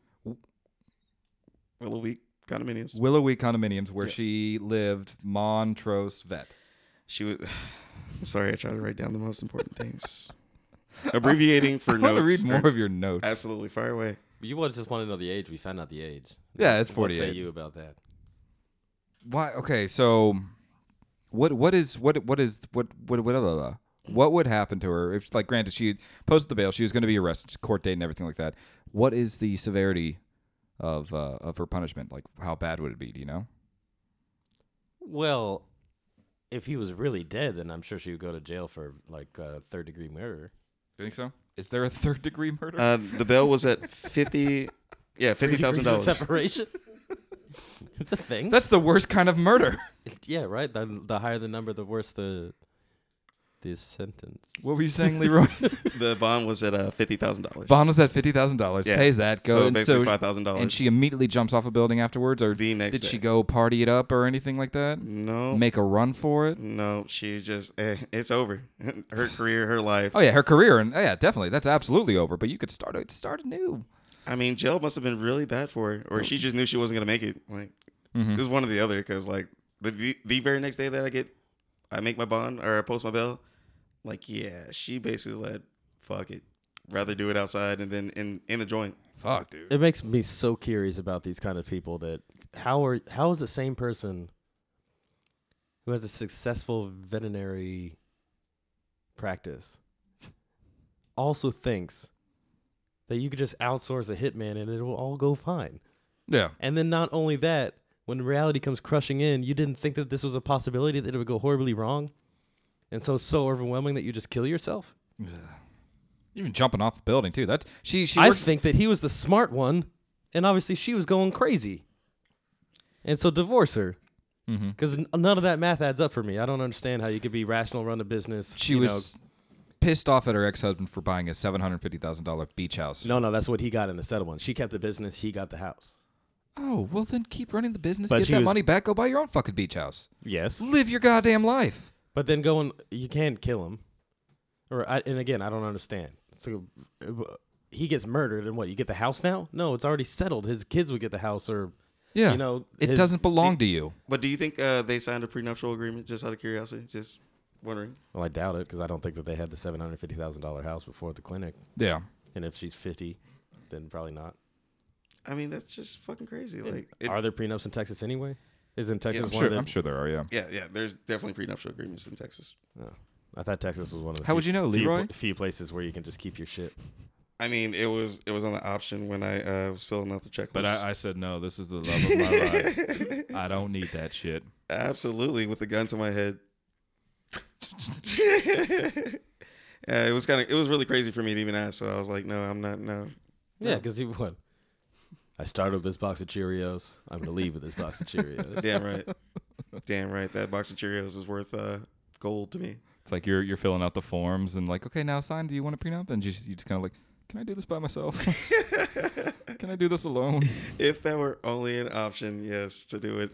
S4: Willow Week condominiums.
S2: Willow Week condominiums, where
S4: Yes.
S2: she lived, Montrose Vet.
S4: She was. I'm sorry, I tried to write down the most important things. Abbreviating for
S2: I want to
S4: notes.
S2: read more
S4: or-
S2: of your notes.
S4: Absolutely, fire away.
S6: You wa- just want to know the age. We found out the age.
S2: Yeah, it's
S6: What say
S2: 48.
S6: you about that?
S2: Why? Okay, so what? What is what? What is what? What? What? Blah, blah, blah. What would happen to her if, like, granted, she posted the bail, she was going to be arrested, court date, and everything like that? What is the severity of uh, of her punishment? Like, how bad would it be? Do you know?
S6: Well,
S3: If he was really dead, then I'm sure she would go to jail for like uh, third degree murder.
S2: Do you think so? Is there a third degree murder?
S4: Uh, the bail was at fifty. Yeah, fifty
S3: Degrees of
S4: thousand dollars.
S3: separation. it's a thing.
S2: That's the worst kind of murder.
S6: yeah, right. The, the higher the number, the worse the the sentence.
S2: what were you saying, Leroy?
S4: The bond was at uh, fifty thousand dollars.
S2: Bond was at fifty thousand dollars.
S4: Yeah.
S2: Pays that. Go
S4: So
S2: and
S4: basically $5,000.
S2: And she immediately jumps off a building afterwards, or
S4: The next
S2: did she
S4: day.
S2: go party it up or anything like that?
S4: No,
S2: Make a run for it?
S4: no, she just eh, it's over. Her career, her life.
S2: Oh yeah, her career and oh, yeah, definitely that's absolutely over. But you could start a, start anew.
S4: I mean, jail must have been really bad for her, or she just knew she wasn't gonna make it. Like
S2: Mm-hmm.
S4: this is one or the other, because like the, the the very next day that I get, I make my bond or I post my bail. Like yeah, she basically said, "Fuck it, rather do it outside and then in in the joint."
S2: Fuck, dude.
S3: it makes me so curious about these kind of people that how are how is the same person who has a successful veterinary practice also thinks that you could just outsource a hitman and it will all go fine
S2: Yeah,
S3: and then not only that when reality comes crushing in you didn't think that this was a possibility that it would go horribly wrong and so it's so overwhelming that you just kill yourself
S2: even jumping off a building too. That's she. She.
S3: I
S2: worked-
S3: think that he was the smart one, and obviously she was going crazy. And so divorce her.
S2: Mm-hmm.
S3: Because none of that math adds up for me. I don't understand how you could be rational, run a business.
S2: she
S3: you
S2: was pissed off at her ex husband for buying a seven hundred fifty thousand dollar beach house.
S3: Know, no, no, that's what he got in the settlement. She kept the business, he got the house.
S2: Oh well, then keep running the business,
S3: But
S2: get
S3: she
S2: that
S3: was-
S2: money back, go buy your own fucking beach house,
S3: Yes.
S2: live your goddamn life.
S3: But then going, you can't kill him. Or I, And again, I don't understand. So uh, he gets murdered, and what? You get the house now? No, it's already settled. His kids would get the house, or,
S2: Yeah,
S3: you know,
S2: it
S3: his-
S2: doesn't belong to you.
S4: But do you think uh, they signed a prenuptial agreement? Just out of curiosity, just wondering.
S3: Well, I doubt it because I don't think that they had the seven hundred fifty thousand dollar house before the clinic.
S2: Yeah,
S3: And if she's fifty, then probably not.
S4: I mean, that's just fucking crazy. Like, it,
S3: Are there prenups in Texas anyway? Isn't Texas
S4: I'm
S3: one of the?
S2: there are. Yeah.
S4: yeah, yeah. There's definitely prenuptial agreements in Texas.
S3: Oh. I thought Texas was one of the.
S2: How would you know,
S3: few,
S2: Leroy?
S3: pl- Few places where you can just keep your shit.
S4: I mean, it was it was on the option when I uh, was filling out the checklist.
S2: But I, I said no. This is the love of my life. I don't need that shit.
S4: Absolutely, with the gun to my head. yeah, it was kind of it was really crazy for me to even ask. So I was like, no, I'm not. No,
S3: Yeah, because you what? I started with this box of Cheerios. I'm gonna leave with this box of Cheerios.
S4: damn right, damn right. That box of Cheerios is worth uh, gold to me.
S2: It's like you're you're filling out the forms and like, okay, now sign. Do you want a prenup? And you just, you just kind of like, can I do this by myself? can I do this alone?
S4: If that were only an option, yes, to do it.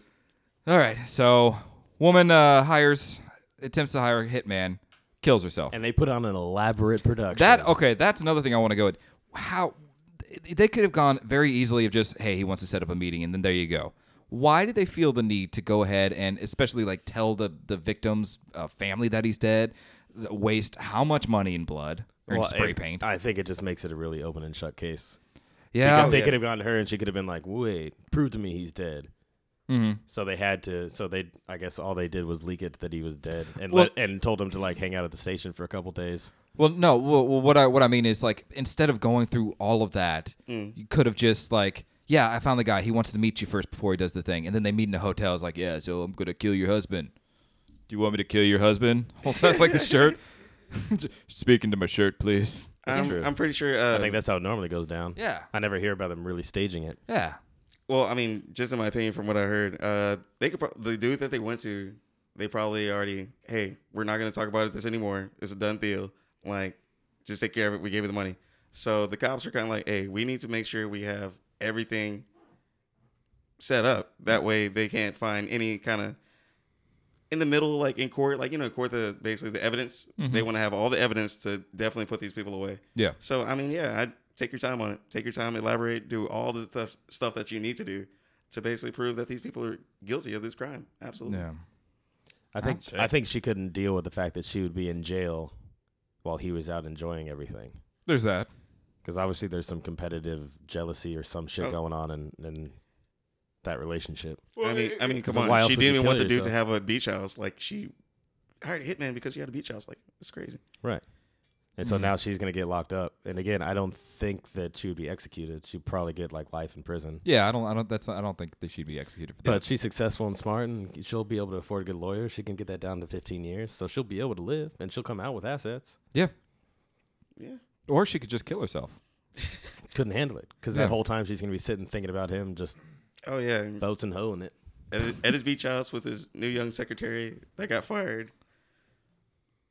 S2: All right. So, woman uh, hires attempts to hire a hitman, kills herself.
S3: and they put on an elaborate production.
S2: that okay. That's another thing I want to go. At. How they could have gone very easily of just, hey, he wants to set up a meeting, and then there you go. Why did they feel the need to go ahead and especially like tell the the victim's uh, family that he's dead? Waste how much money in blood or in
S3: Well,
S2: spray
S3: it-
S2: paint?
S3: I think it just makes it a really open and shut case.
S2: Oh, yeah,
S3: Because they could have gone to her and she could have been like, "Wait, prove to me he's dead." Mm-hmm. So they had to. So they, I guess, all they did was leak it that he was dead and
S2: Well-
S3: let, and told him to like hang out at the station for a couple days.
S2: Well, no. Well, well, what I what I mean is like instead of going through all of that,
S3: Mm.
S2: you could have just like, yeah, I found the guy. He wants to meet you first before he does the thing, and then they meet in a hotel. It's like, yeah, so I'm gonna kill your husband. Do you want me to kill your husband? Holds out like the shirt. Speaking to my shirt, please.
S4: I'm, I'm pretty sure. Uh,
S3: I think that's how it normally goes down.
S2: Yeah.
S3: I never hear about them really staging it.
S2: Yeah.
S4: Well, I mean, just in my opinion, from what I heard, uh, they could pro- the dude that they went to, they probably already, hey, we're not gonna talk about this anymore. It's a done deal. Like, just take care of it. We gave you the money. So the cops are kind of like, hey, we need to make sure we have everything set up. That way, they can't find any kind of. in the middle, like in court, like you know, in court, the basically the evidence. They want to have all the evidence to definitely put these people away.
S2: Yeah.
S4: So I mean, yeah, I take your time on it. Take your time, elaborate, do all the stuff stuff that you need to do to basically prove that these people are guilty of this crime. Absolutely.
S2: Yeah.
S3: I think I think she couldn't deal with the fact that she would be in jail while he was out enjoying everything.
S2: There's that.
S3: Because obviously there's some competitive jealousy or some shit
S4: Oh.
S3: going on in, in that relationship.
S4: I mean, I mean, come
S3: So why
S4: on.
S3: else
S4: She
S3: would you
S4: didn't even
S3: kill
S4: want the dude to
S3: yourself?
S4: have a beach house. Like she hired a hitman because she had a beach house. Like it's crazy.
S3: Right. And so
S2: Mhm.
S3: now she's gonna get locked up. And again, I don't think that she would be executed. She'd probably get like life in prison.
S2: Yeah, I don't. I don't. That's. Not, I don't think they should be executed for that.
S3: But she's successful and smart, and she'll be able to afford a good lawyer. She can get that down to 15 years, so she'll be able to live, and she'll come out with assets.
S2: Yeah.
S4: Yeah.
S2: Or she could just kill herself.
S3: Couldn't handle it because
S2: Yeah.
S3: that whole time she's gonna be sitting thinking about him, just
S4: Oh yeah. and
S3: boats and hoeing it.
S4: At, his- at his beach house with his new young secretary that got fired.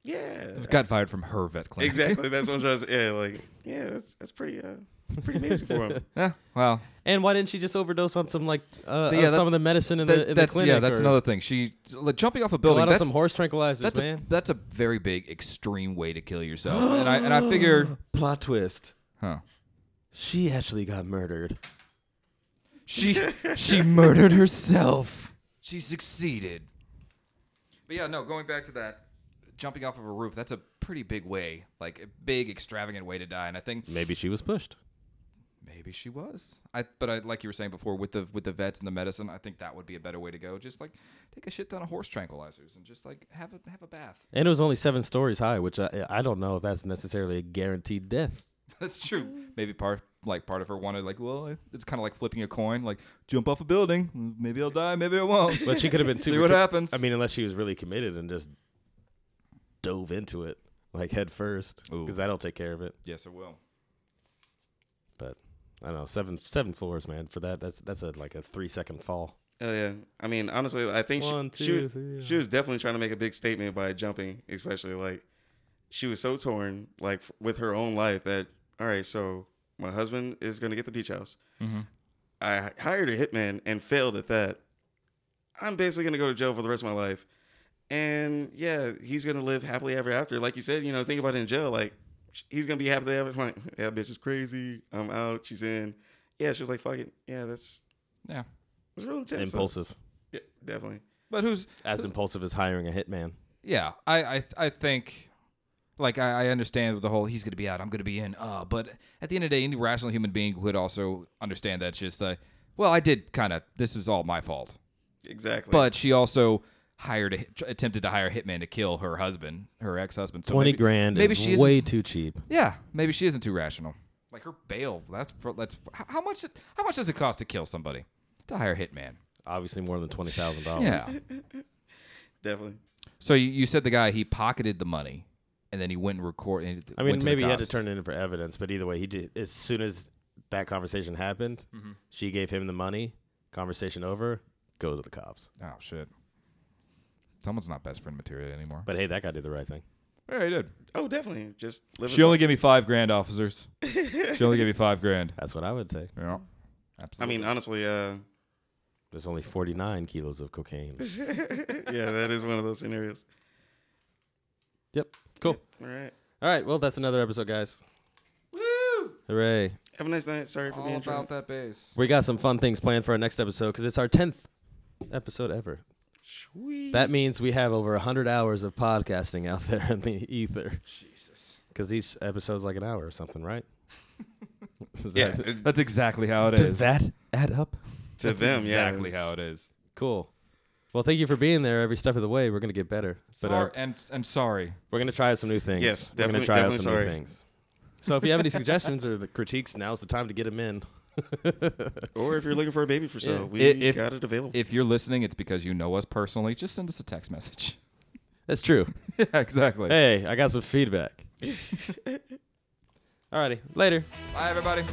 S4: Yeah.
S2: Got fired from her vet clinic.
S4: Exactly. That's what I was. Yeah. Like yeah. That's that's pretty uh pretty amazing for him.
S2: Yeah. Well,
S3: And why didn't she just overdose on some like uh,
S2: Yeah,
S3: of
S2: that-
S3: some of the medicine in
S2: that-
S3: the in
S2: that's
S3: the clinic?
S2: yeah. That's
S3: or
S2: another thing. She like, jumping off a
S3: Go
S2: building.
S3: out on
S2: that's
S3: some horse tranquilizers,
S2: that's a,
S3: man.
S2: that's a very big extreme way to kill yourself. and I and I figure,
S3: Plot twist:
S2: huh?
S3: she actually got murdered.
S2: She she murdered herself. She succeeded. But yeah, no, going back to that jumping off of a roof, that's a pretty big way, like a big extravagant way to die. And I think
S3: Maybe she was pushed.
S2: maybe she was. I but I like you were saying before with the with the vets and the medicine, I think that would be a better way to go. Just like take a shit ton of horse tranquilizers and just like have a have a bath.
S3: And it was only seven stories high, which I, I don't know if that's necessarily a guaranteed death.
S2: That's true.
S3: Mm-hmm.
S2: Maybe part like part of her wanted like, well, it's kind of like flipping a coin, like jump off a building, maybe I'll die, maybe I won't.
S3: But she could have been super
S2: See what
S3: co-
S2: happens.
S3: I mean, unless she was really committed and just dove into it like head first,
S2: Ooh.
S3: because that'll take care of it.
S2: yes, it will.
S3: But I don't know, seven seven floors, man. For that, that's that's a like a three second fall.
S4: Oh yeah. I mean, honestly, I think
S3: One, two,
S4: she, she,
S3: three,
S4: was, she was definitely trying to make a big statement by jumping, especially like she was so torn, like f- with her own life that all right, so my husband is gonna get the beach house. I h- hired a hitman and failed at that. I'm basically gonna go to jail for the rest of my life, and yeah, he's gonna live happily ever after. Like you said, you know, think about it in jail, like sh- he's gonna be happily ever. Like, yeah, bitch is crazy. I'm out. She's in. Yeah, she was like, fuck it. Yeah, that's
S2: Yeah.
S4: that's real intense. though.
S3: impulsive,
S4: Yeah, definitely.
S2: But who's
S3: as impulsive as hiring a hitman.
S2: yeah, I I I think like I, I understand the whole he's gonna be out, I'm gonna be in, uh, but at the end of the day, any rational human being would also understand that's just uh, well, I did kind of this is all my fault.
S4: Exactly.
S2: But she also hired a, hit- attempted to hire a hitman to kill her husband, her ex husband. So
S3: Twenty
S2: maybe,
S3: grand
S2: maybe
S3: is
S2: she isn't
S3: way too cheap.
S2: Yeah, maybe she isn't too rational. Like her bail. That's pro- that's how how much how much does it cost to kill somebody? To hire a hitman.
S3: Obviously, more than twenty thousand dollars.
S2: Yeah.
S4: definitely.
S2: so you, you said the guy he pocketed the money, and then he went and record. And
S3: I mean, maybe he had to turn it in for evidence, but either way, he did. As soon as that conversation happened, she gave him the money. Conversation over. Go to the cops.
S2: Oh shit! Someone's not best friend material anymore.
S3: But hey, that guy did the right thing.
S2: yeah, he did.
S4: Oh, definitely. Just live.
S2: She only gave me five grand, officers. she only gave me five grand.
S3: That's what I would say.
S2: Yeah,
S4: I
S2: absolutely.
S4: mean, honestly, uh,
S3: There's only 49 kilos of cocaine.
S4: yeah, that is one of those scenarios.
S3: yep. Cool.
S4: All right.
S3: All right. Well, that's another episode, guys. Woo! Hooray.
S4: Have a nice night. Sorry for
S2: all
S4: being
S2: about
S4: drunk.
S2: that base.
S3: We got some fun things planned for our next episode because it's our 10th episode ever.
S4: Sweet.
S3: That means we have over 100 hours of podcasting out there in the ether
S2: Jesus.
S3: because each episode's like an hour or something, right? Is
S4: yeah, uh,
S3: that-
S4: it-
S2: That's exactly how it is.
S3: does that add up?
S4: to them. yeah,
S2: exactly
S4: it's-
S2: how it is.
S3: Cool. Well, thank you for being there every step of the way. We're going to get better. But our,
S2: Sorry, and and sorry.
S3: We're gonna try out some new things.
S4: Yes,
S3: we're gonna
S4: definitely-
S3: try out
S4: definitely
S3: some
S4: sorry.
S3: new things. So if you have any suggestions or the critiques, now's the time to get them in.
S4: Or if you're looking for a baby for sale, we
S2: I- if-
S4: got it available.
S2: If you're listening, it's because you know us personally. Just send us a text message.
S3: That's true.
S2: yeah, exactly.
S3: Hey, I got some feedback. Alrighty, later.
S2: Bye, everybody.